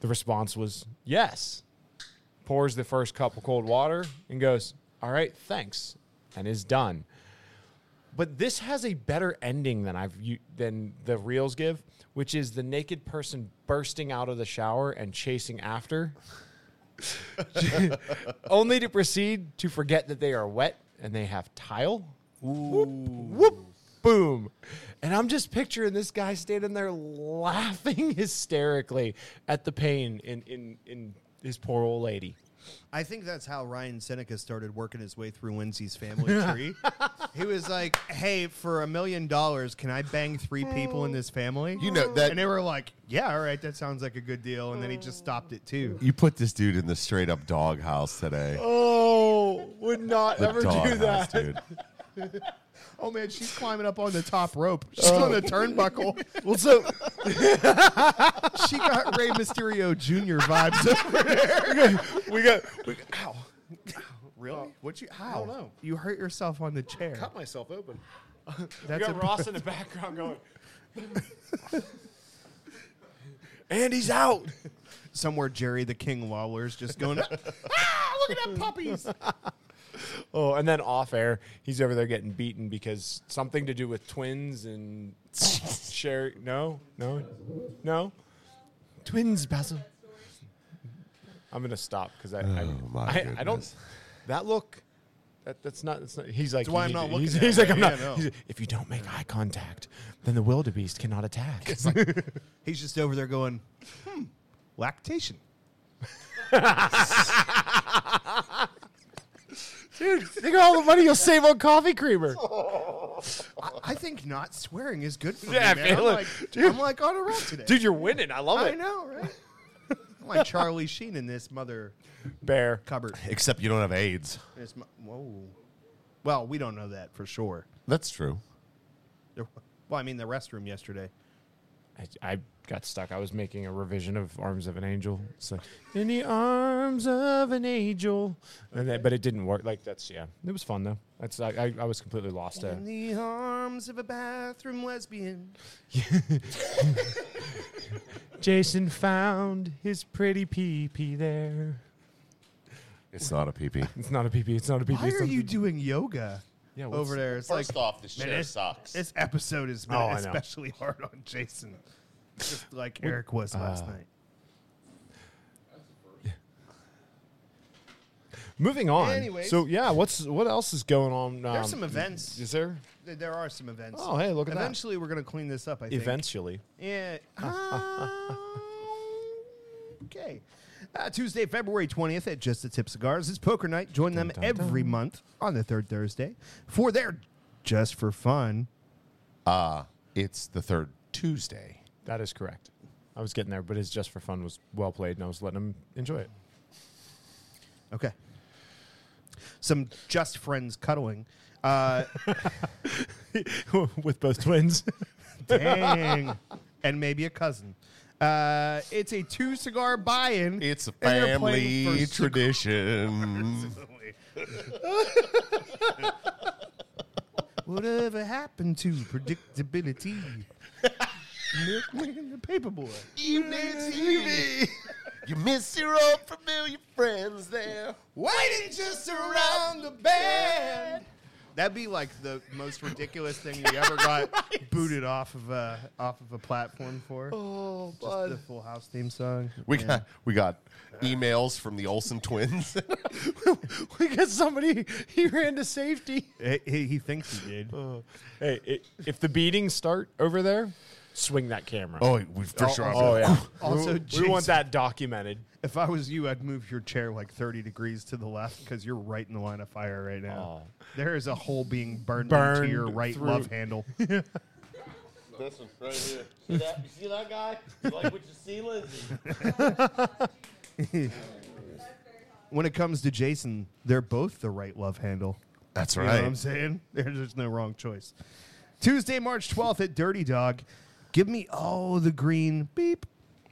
C: the response was, "Yes." Pours the first cup of cold water and goes, "All right, thanks," and is done. But this has a better ending than I've u- than the reels give, which is the naked person bursting out of the shower and chasing after, only to proceed to forget that they are wet and they have tile. Whoop, whoop, boom. And I'm just picturing this guy standing there laughing hysterically at the pain in in in his poor old lady.
A: I think that's how Ryan Seneca started working his way through Lindsay's family tree. he was like, "Hey, for a million dollars, can I bang three people in this family?"
D: You know that-
A: and they were like, "Yeah, all right, that sounds like a good deal." And then he just stopped it too.
D: you put this dude in the straight up dog house today.
C: Oh, would not
D: the
C: ever
D: dog
C: do
D: house,
C: that.
D: dude.
A: Oh man, she's climbing up on the top rope. She's on the turnbuckle.
C: Well, so
A: she got Ray Mysterio Jr. vibes.
C: we got we got, ow,
A: really? What you? How? I
C: don't know.
A: You hurt yourself on the chair.
C: cut myself open.
A: That's
C: we got Ross in the background going. and he's out.
A: somewhere Jerry the King Lawler's just going. ah, look at that puppies.
C: Oh, and then off air, he's over there getting beaten because something to do with twins and share. No, no, no. Twins, Basil. I'm gonna stop because I, I,
D: Oh, my
C: I, I don't.
D: goodness.
C: That look. That, that's not. That's not. He's like.
A: That's why
C: you
A: I'm
C: need
A: not
C: to-
A: looking
C: He's,
A: at
C: he's
A: it.
C: like I'm
A: Yeah,
C: not.
A: no.
C: he's- if you don't make eye contact, then the wildebeest cannot attack.
A: He's just over there going, hmm, lactation.
C: Think of all the money you'll save on coffee creamer.
A: I think not swearing is good for
C: Yeah, I
A: me, man. I'm
C: feel
A: like,
C: it. Dude.
A: I'm like on a roll today.
C: Dude, you're winning. I love
A: I
C: it.
A: know, right? I'm like Charlie Sheen in this mother
C: Bear.
A: cupboard.
D: Except you don't have AIDS.
A: This mo- whoa. Well, we don't know that for sure.
D: That's true.
A: There- Well, I mean, the restroom yesterday.
C: I, I got stuck. I was making a revision of Arms of an Angel. It's like in the arms of an angel, and that, but it didn't work. Like that's yeah, it was fun though. That's I, I, I was completely lost there.
A: In the arms of a bathroom lesbian.
C: Jason found his pretty pee pee there.
D: It's not a peepee.
C: It's not a pee pee. It's not a pee pee.
A: Why are you doing yoga
C: Yeah, what's-
A: over there? It's like,
D: off, this
A: Man, this- This episode has been
C: Oh, I know.
A: especially hard on Jason, just like Eric was
C: uh,
A: last night.
C: Moving on.
A: Anyways.
C: so yeah, what's what else is going on? Um,
A: some events.
C: Is there
A: Th- There are some events.
C: Oh, hey, look at that.
A: Eventually, we're going to clean this up. I think.
C: eventually?
A: Yeah. Ah, okay. Uh, Tuesday, February 20th at Just the Tip Cigars is poker night. Join them
C: dun,
A: every month on the third Thursday for their Just for Fun.
D: Uh, It's the third Tuesday.
C: That is correct. I was getting there, but it's just for fun. Was well played, and I was letting him enjoy it.
A: Okay. Some Just Friends cuddling. Uh,
C: with both twins.
A: Dang. and maybe a cousin. Uh, it's a two cigar buy in.
D: It's a
A: And they're playing
D: family
A: for
D: tradition.
A: Whatever happened to predictability? Milkman and the paperboy.
D: you miss TV. You miss your old familiar friends there.
A: Waiting just around the bend. That'd be like the most ridiculous thing we ever got booted off of a off of a platform for. Oh, just the Full House theme song.
D: We got we got emails from the Olsen twins.
C: we got somebody, he ran to safety.
A: He- he, he thinks he did.
C: Hey, i if the beatings start over there, swing that camera.
D: oh, we for sure.
C: yeah.
A: Also,
C: we, we
A: Jason-
C: want that documented.
A: If I was you, I'd move your chair like 30 degrees to the left because you're right in the line of fire right now.
C: Oh.
A: There is a hole being burned,
C: Burned
A: into your right
C: through.
A: love handle.
F: This one right here. See that? You see that guy? You like what you see, Lindsay?
A: when it comes to Jason, they're both the right love handle.
D: That's
A: You know
D: right.
A: what I'm saying? There's just no wrong choice. Tuesday, March 12th at Dirty Dog. Give me all the green beep,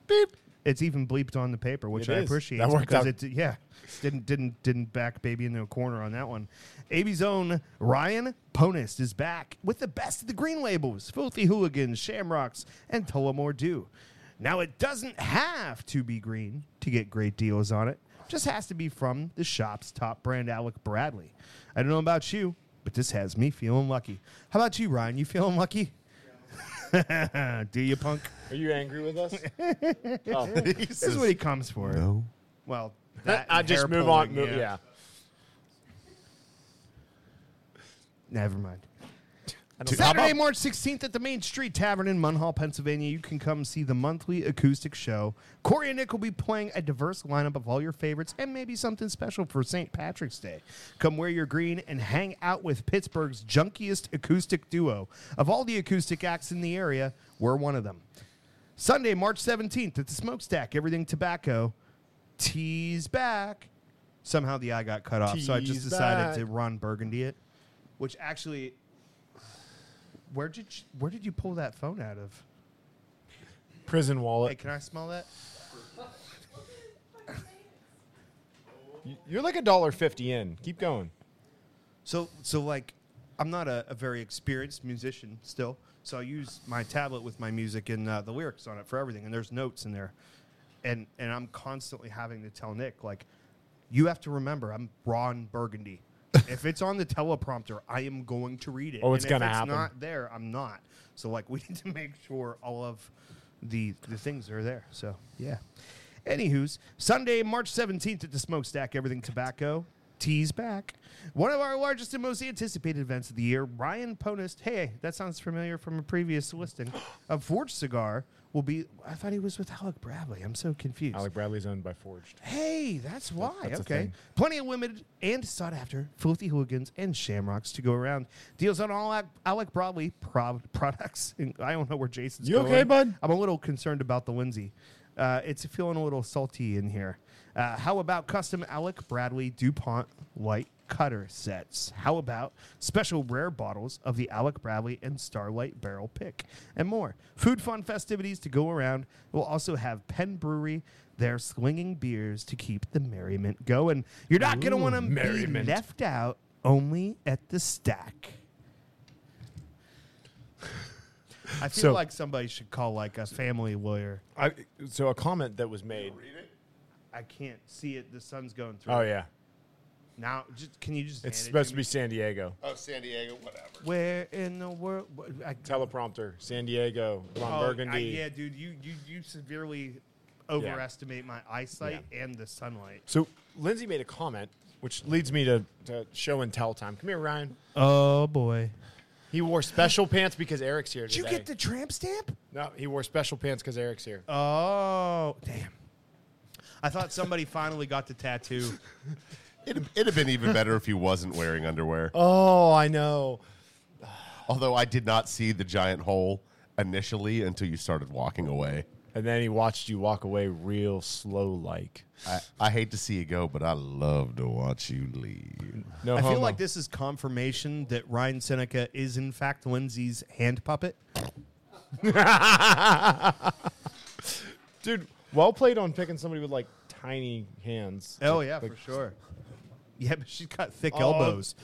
A: beep. It's even bleeped on the paper, which
C: It
A: I
C: is.
A: appreciate.
C: That worked
A: because It,
C: out.
A: yeah, didn't didn't didn't back baby into a corner on that one. AB's own Ryan Ponist is back with the best of the green labels: Filthy Hooligans, Shamrocks, and Tullamore Dew. Now it doesn't have to be green to get great deals on it. Just has to be from the shop's top brand, Alec Bradley. I don't know about you, but this has me feeling lucky. How about you, Ryan? You feeling lucky? Do you, punk?
C: Are you angry with us?
A: This is what he comes for.
D: No.
A: Well, that
C: I
A: and
C: just
A: hair
C: move on.
A: pulling,
C: move- yeah.
A: Never mind.
C: don't-
A: Saturday, March 16th at the Main Street Tavern in Munhall, Pennsylvania, you can come see the monthly acoustic show. Corey and Nick will be playing a diverse lineup of all your favorites and maybe something special for St. Patrick's Day. Come wear your green and hang out with Pittsburgh's junkiest acoustic duo. Of all the acoustic acts in the area, we're one of them. Sunday, March 17th at the Smokestack, Everything Tobacco. Tease back. Somehow the eye got cut off, so I just
C: Tease
A: decided
C: back.
A: to Ron Burgundy it, which actually, where did you, where did you pull that phone out of?
C: Prison wallet.
A: Hey, can I smell that?
C: You're like a dollar fifty in. Keep going.
A: So, so like, I'm not a, a very experienced musician still, so I use my tablet with my music and uh, the lyrics on it for everything, and there's notes in there, and and I'm constantly having to tell Nick like, you have to remember I'm Ron Burgundy. if it's on the teleprompter, I am going to read it.
C: Oh, it's
A: And
C: gonna
A: if it's
C: happen.
A: Not there, I'm not. So like, we need to make sure all of the the things are there. So yeah. Anywho's Sunday, March 17th at the Smokestack, Everything Tobacco. Tease back. One of our largest and most anticipated events of the year, Ryan Ponist. Hey, that sounds familiar from a previous listing. Of Forge Cigar will be. I thought he was with Alec Bradley. I'm so confused.
C: Alec Bradley's owned by Forged.
A: Hey, that's why.
C: that's a
A: okay.
C: thing.
A: Plenty of limited and sought after filthy hooligans and shamrocks to go around. Deals on all Alec, Alec Bradley prov- products. And I don't know where Jason's
C: You
A: going.
C: okay, bud?
A: I'm a little concerned about the Lindsay. Uh, it's feeling a little salty in here. Uh, how about custom Alec Bradley DuPont light cutter sets? How about special rare bottles of the Alec Bradley and Starlight barrel pick and more? Food fun festivities to go around. We'll also have Penn Brewery there slinging beers to keep the merriment going. You're not going to want to be
C: merriment.
A: left out only at the stack. I feel
C: So-
A: like somebody should call like a family lawyer.
C: I, so a comment that was made.
A: I can't see it. The sun's going through.
C: Oh yeah,
A: Now, just, can you just?
C: it's
A: hand it
C: supposed to
A: me?
C: be San Diego.
F: Oh, San Diego, whatever.
A: Where in the world? what- I,
C: Teleprompter, San Diego, Ron
A: oh,
C: Burgundy.
A: I- yeah, dude, you you you severely overestimate my eyesight and the sunlight.
C: So Lindsay made a comment, which leads me to, to show and tell time. Come here, Ryan.
A: Oh boy!
C: He wore special pants because Eric's here.
A: Did you
C: today.
A: get the tramp stamp?
C: No, he wore special pants because Eric's here.
A: Oh damn! I thought somebody finally got the tattoo.
D: It'd, it'd have been even better if he wasn't wearing underwear.
C: Oh, I know.
D: Although I did not see the giant hole initially until you started walking away.
C: And then he watched you walk away real slow, like.
D: I, I hate to see you go, but I love to watch you leave.
C: No,
A: I feel
C: homo.
A: like this is confirmation that Ryan Seneca is in fact Lindsay's hand puppet.
C: dude. Well played on picking somebody with like tiny hands.
A: Oh yeah, for sure. Yeah, but she's got thick elbows.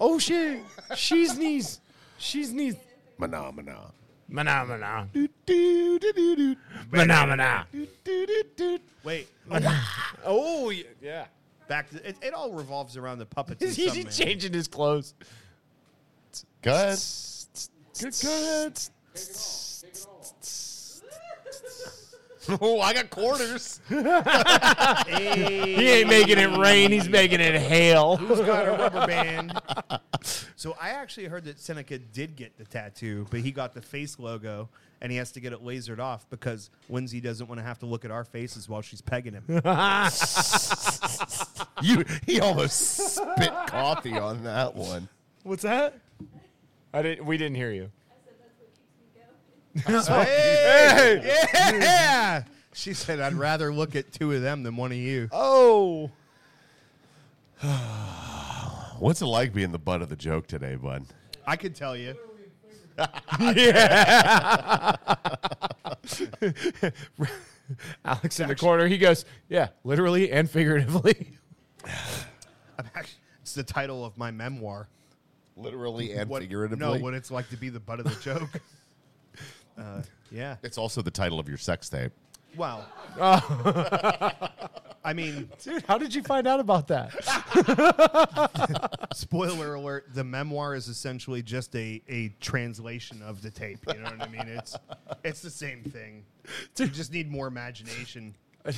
C: Oh shit, she's knees, she's knees.
D: Phenomena.
C: Manamana. Manamana.
A: Wait,
C: Oh yeah. yeah.
A: back to it, it all revolves around the puppets. in some
C: He's
A: manner.
C: changing his clothes.
D: Go ahead. Go, go ahead. oh, I got quarters.
C: He ain't making it rain. He's making it hail.
A: He's got a rubber band. so I actually heard that Seneca did get the tattoo, but he got the face logo and he has to get it lasered off because Lindsay doesn't want to have to look at our faces while she's pegging him.
D: You, he almost spit coffee on that one.
C: What's that? I didn't. We didn't hear you.
E: I said that's what keeps me going.
A: hey, yeah. She said, "I'd rather look at two of them than one of you."
C: Oh.
D: What's it like being the butt of the joke today, bud?
A: I could tell you.
C: Alex in the corner, he goes, yeah, literally and figuratively.
A: I'm actually, it's the title of my memoir.
D: Literally and
A: What-
D: figuratively.
A: No, what it's like to be the butt of the joke. uh, yeah.
D: it's also the title of your sex tape.
A: Wow. I mean,
C: Dude, how did you find out about that?
A: spoiler alert: the memoir is essentially just a, a translation of the tape. You know what I mean? It's it's the same thing. You just need more imagination.
C: I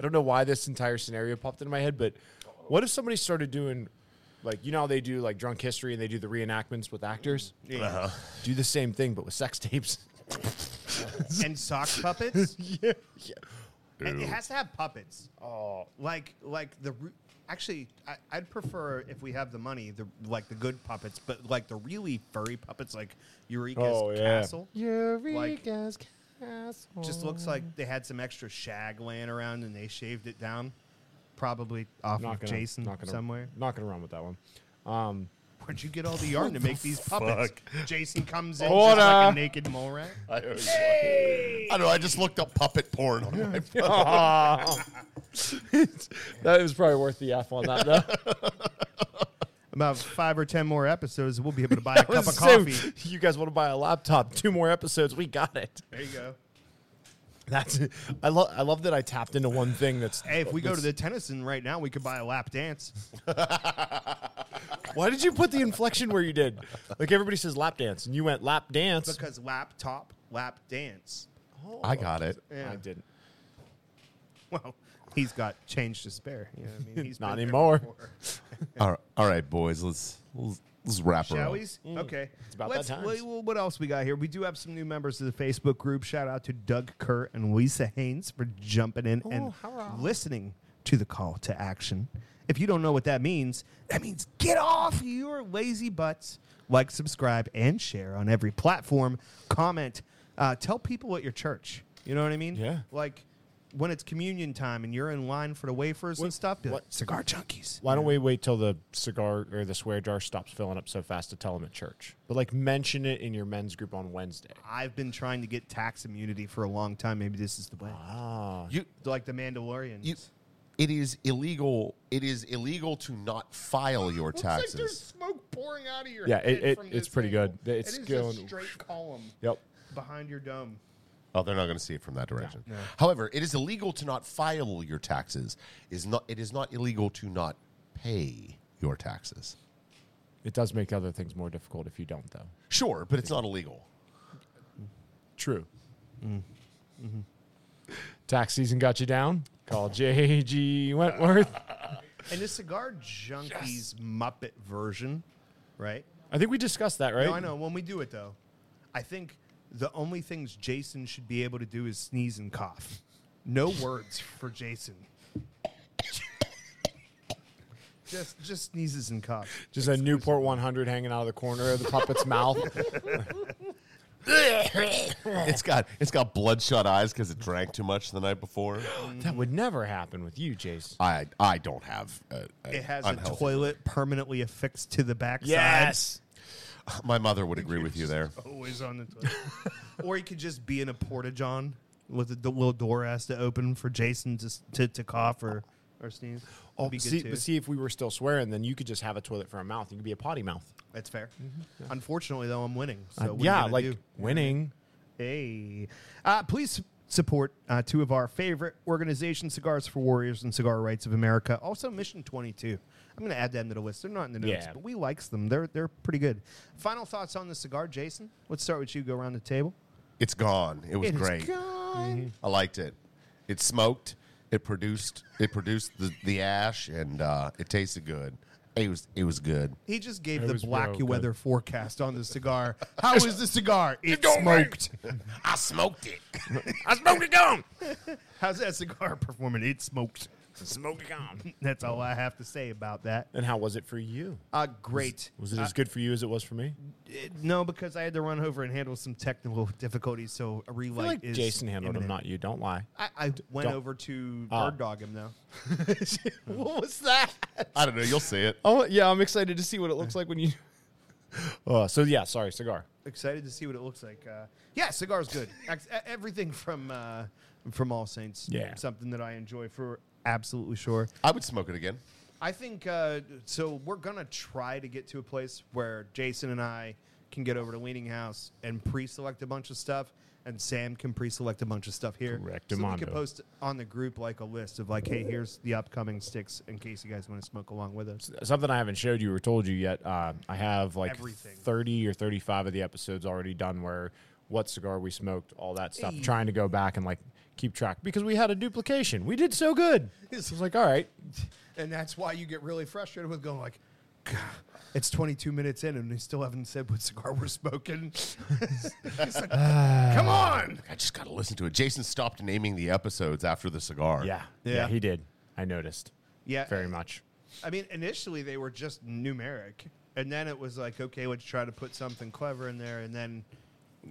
C: don't know why this entire scenario popped into my head, but what if somebody started doing, like, you know how they do, like, drunk history and they do the reenactments with actors?
A: Yeah.
C: Do the same thing, but with sex tapes.
A: And sock puppets.
C: yeah.
A: It, it has to have puppets. Oh, like like the re- actually, I, I'd prefer if we have the money, the like the good puppets, but like the really furry puppets, like Eureka's
C: Oh, yeah.
A: castle.
C: Eureka's Castle.
A: Just looks like they had some extra shag laying around and they shaved it down, probably off
C: Not
A: of
C: gonna,
A: Jason
C: not gonna,
A: somewhere.
C: Not going to run with that one. Um,
A: Where'd you get all the yarn to make these puppets? Jason comes in
C: Order.
A: just like a naked mole rat.
D: I, always I don't know. I just looked up puppet porn on my phone.
C: that was probably worth the F on that, though.
A: About five or ten more episodes, we'll be able to buy a cup of
C: So,
A: coffee.
C: You guys want to buy a laptop? Two more episodes. We got it.
A: There you go.
C: That's I love I love that I tapped into one thing that's
A: Hey, if we go to the Tennyson right now, we could buy a lap dance.
C: Why did you put the inflection where you did? Like everybody says lap dance and you went lap dance.
A: Because laptop, lap dance.
D: I got it.
A: Yeah.
C: I didn't.
A: Well, he's got change to spare. You know what I mean? He's
C: Not
A: been there
C: anymore.
A: before.
D: All right, all right boys. Let's let's, let's wrap her
A: Shall
D: up.
A: we? Okay. It's
C: Mm. about
A: Let's,
C: that time.
A: wait, well, what else we got here? We do have some new members of the Facebook group. Shout out to Doug Kerr and Lisa Haynes for jumping in
C: Oh,
A: and listening to the call to action. If you don't know what that means, that means get off your lazy butts. Like, subscribe, and share on every platform. Comment. Uh, tell people at your church. You know what I mean?
C: Yeah.
A: Like when it's communion time and you're in line for the wafers and stuff, be like, cigar junkies.
C: Why don't we wait till the cigar or the swear jar stops filling up so fast to tell them at church? But like mention it in your men's group on Wednesday.
A: I've been trying to get tax immunity for a long time. Maybe this is the way.
C: Ah.
D: You
A: Like the Mandalorians.
D: you. It is illegal. It is illegal to not file your taxes.
A: smoke pouring out of your
C: Yeah, it- head it- from it's this pretty angle. good. It's It is a going-
A: straight column
C: Yep.
A: behind your dome.
D: Oh, they're not going to see it from that direction. However, it is illegal to not file your taxes. Is not it is not illegal to not pay your taxes.
C: It does make other things more difficult if you don't though.
D: Sure, but it's not illegal.
C: True.
A: Mm. Mm-hmm.
C: Tax season got you down. Call JG Wentworth.
A: And the Cigar Junkies Muppet version, right?
C: I think we discussed that, right?
A: No, I know. When we do it, though, I think the only things Jason should be able to do is sneeze and cough. No words for Jason. Just, just sneezes and coughs.
C: Just a Newport 100 hanging out of the corner of the puppet's mouth.
D: It's got it's got bloodshot eyes because it drank too much the night before.
C: That would never happen with you, Jason.
D: I I don't have. A, a
A: It has
D: unhealthy-
A: a toilet permanently affixed to the backside.
D: My mother would agree with you there.
A: Always on the toilet. or he could just be in a porta john with the, the little door has to open for Jason to s- to, to cough or, or sneeze. Oh, be good
C: See,
A: too.
C: but see, if we were still swearing, then you could just have a toilet for a mouth. You could be a potty mouth.
A: That's fair. Unfortunately, though, I'm winning. So what are you
C: Uh, yeah,
A: gonna
C: like
A: do?
C: winning.
A: Hey. Uh, please su- support uh, two of our favorite organizations, Cigars for Warriors and Cigar Rights of America. Also, Mission 22. I'm going to add them to the list. They're not in the notes,
C: Yeah.
A: but we likes them. They're, they're pretty good. Final thoughts on the cigar, Jason? Let's start with you. Go around the table.
D: It's gone. It was
A: It is
D: great. I liked it. It smoked. It produced. It produced the, the ash, and uh, it tasted good. It was it was good.
A: He just gave
C: It
A: the
C: was real
A: black
C: good.
A: weather forecast on the cigar. How is the cigar? It
D: don't rain.
A: smoked.
D: I smoked it.
C: I smoked it down.
A: How's that cigar performing? It smoked.
C: Smoked a con.
A: That's all I have to say about that.
C: And how was it for you?
A: Uh, great.
C: Was it
A: Uh,
C: as good for you as it was for me?
A: it- no, because I had to run over and handle some technical difficulties, so a
C: I feel
A: relight
C: like
A: is
C: Jason handled him,
A: imminent.
C: not you. Don't lie.
A: I, I went
C: don't-
A: over to
C: Oh.
A: bird dog him though.
C: what was that?
D: I don't know. You'll see it.
C: Oh yeah, I'm excited to see what it looks like when you. Oh, so yeah, sorry, cigar.
A: Excited to see what it looks like. Uh, yeah, cigar's good. Ex- e- Everything from uh, from All Saints.
C: Yeah.
A: something that I enjoy for absolutely sure.
D: I would smoke it again.
A: I think uh, so. We're gonna try to get to a place where Jason and I can get over to Leaning House and pre-select a bunch of stuff, and Sam can pre-select a bunch of stuff here.
C: Correct,
A: So we can
C: Amondo.
A: post on the group like a list of like, hey, here's the upcoming sticks in case you guys want to smoke along with us.
C: Something I haven't showed you or told you yet. Uh, I have like
A: Everything.
C: thirty or thirty-five of the episodes already done. Where what cigar we smoked, all that stuff. Trying to go back and like keep track because we had a duplication. We did so good. I was like, all right,
A: And that's why you get really frustrated with going like. "God, It's 22 minutes in, and they still haven't said what cigar we're smoking. It's like, Come on!
D: I just got to listen to it. Jason stopped naming the episodes after the cigar.
C: yeah, yeah,
A: Yeah.
C: he did. I noticed.
A: Yeah,
C: very much.
A: I mean, initially they were just numeric, and then it was like, okay, let's try to put something clever in there, and then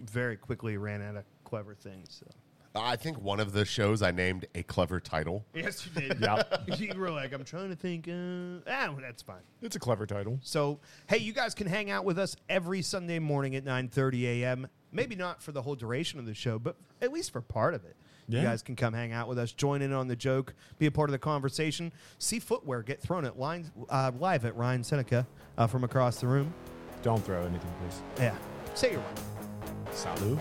A: very quickly ran out of clever things. So.
D: I think one of the shows I named a clever title.
A: Yes, you did.
C: Yep.
A: you were like, I'm trying to think. Uh, ah, well, that's fine.
C: It's a clever title.
A: So, hey, you guys can hang out with us every Sunday morning at 9:30 a.m. Maybe not for the whole duration of the show, but at least for part of it.
C: Yeah.
A: You guys can come hang out with us, join in on the joke, be a part of the conversation, see footwear get thrown at line, uh, live at Ryan Seneca uh, from across the room.
C: Don't throw anything, please.
A: Yeah, say you're right.
C: Salud.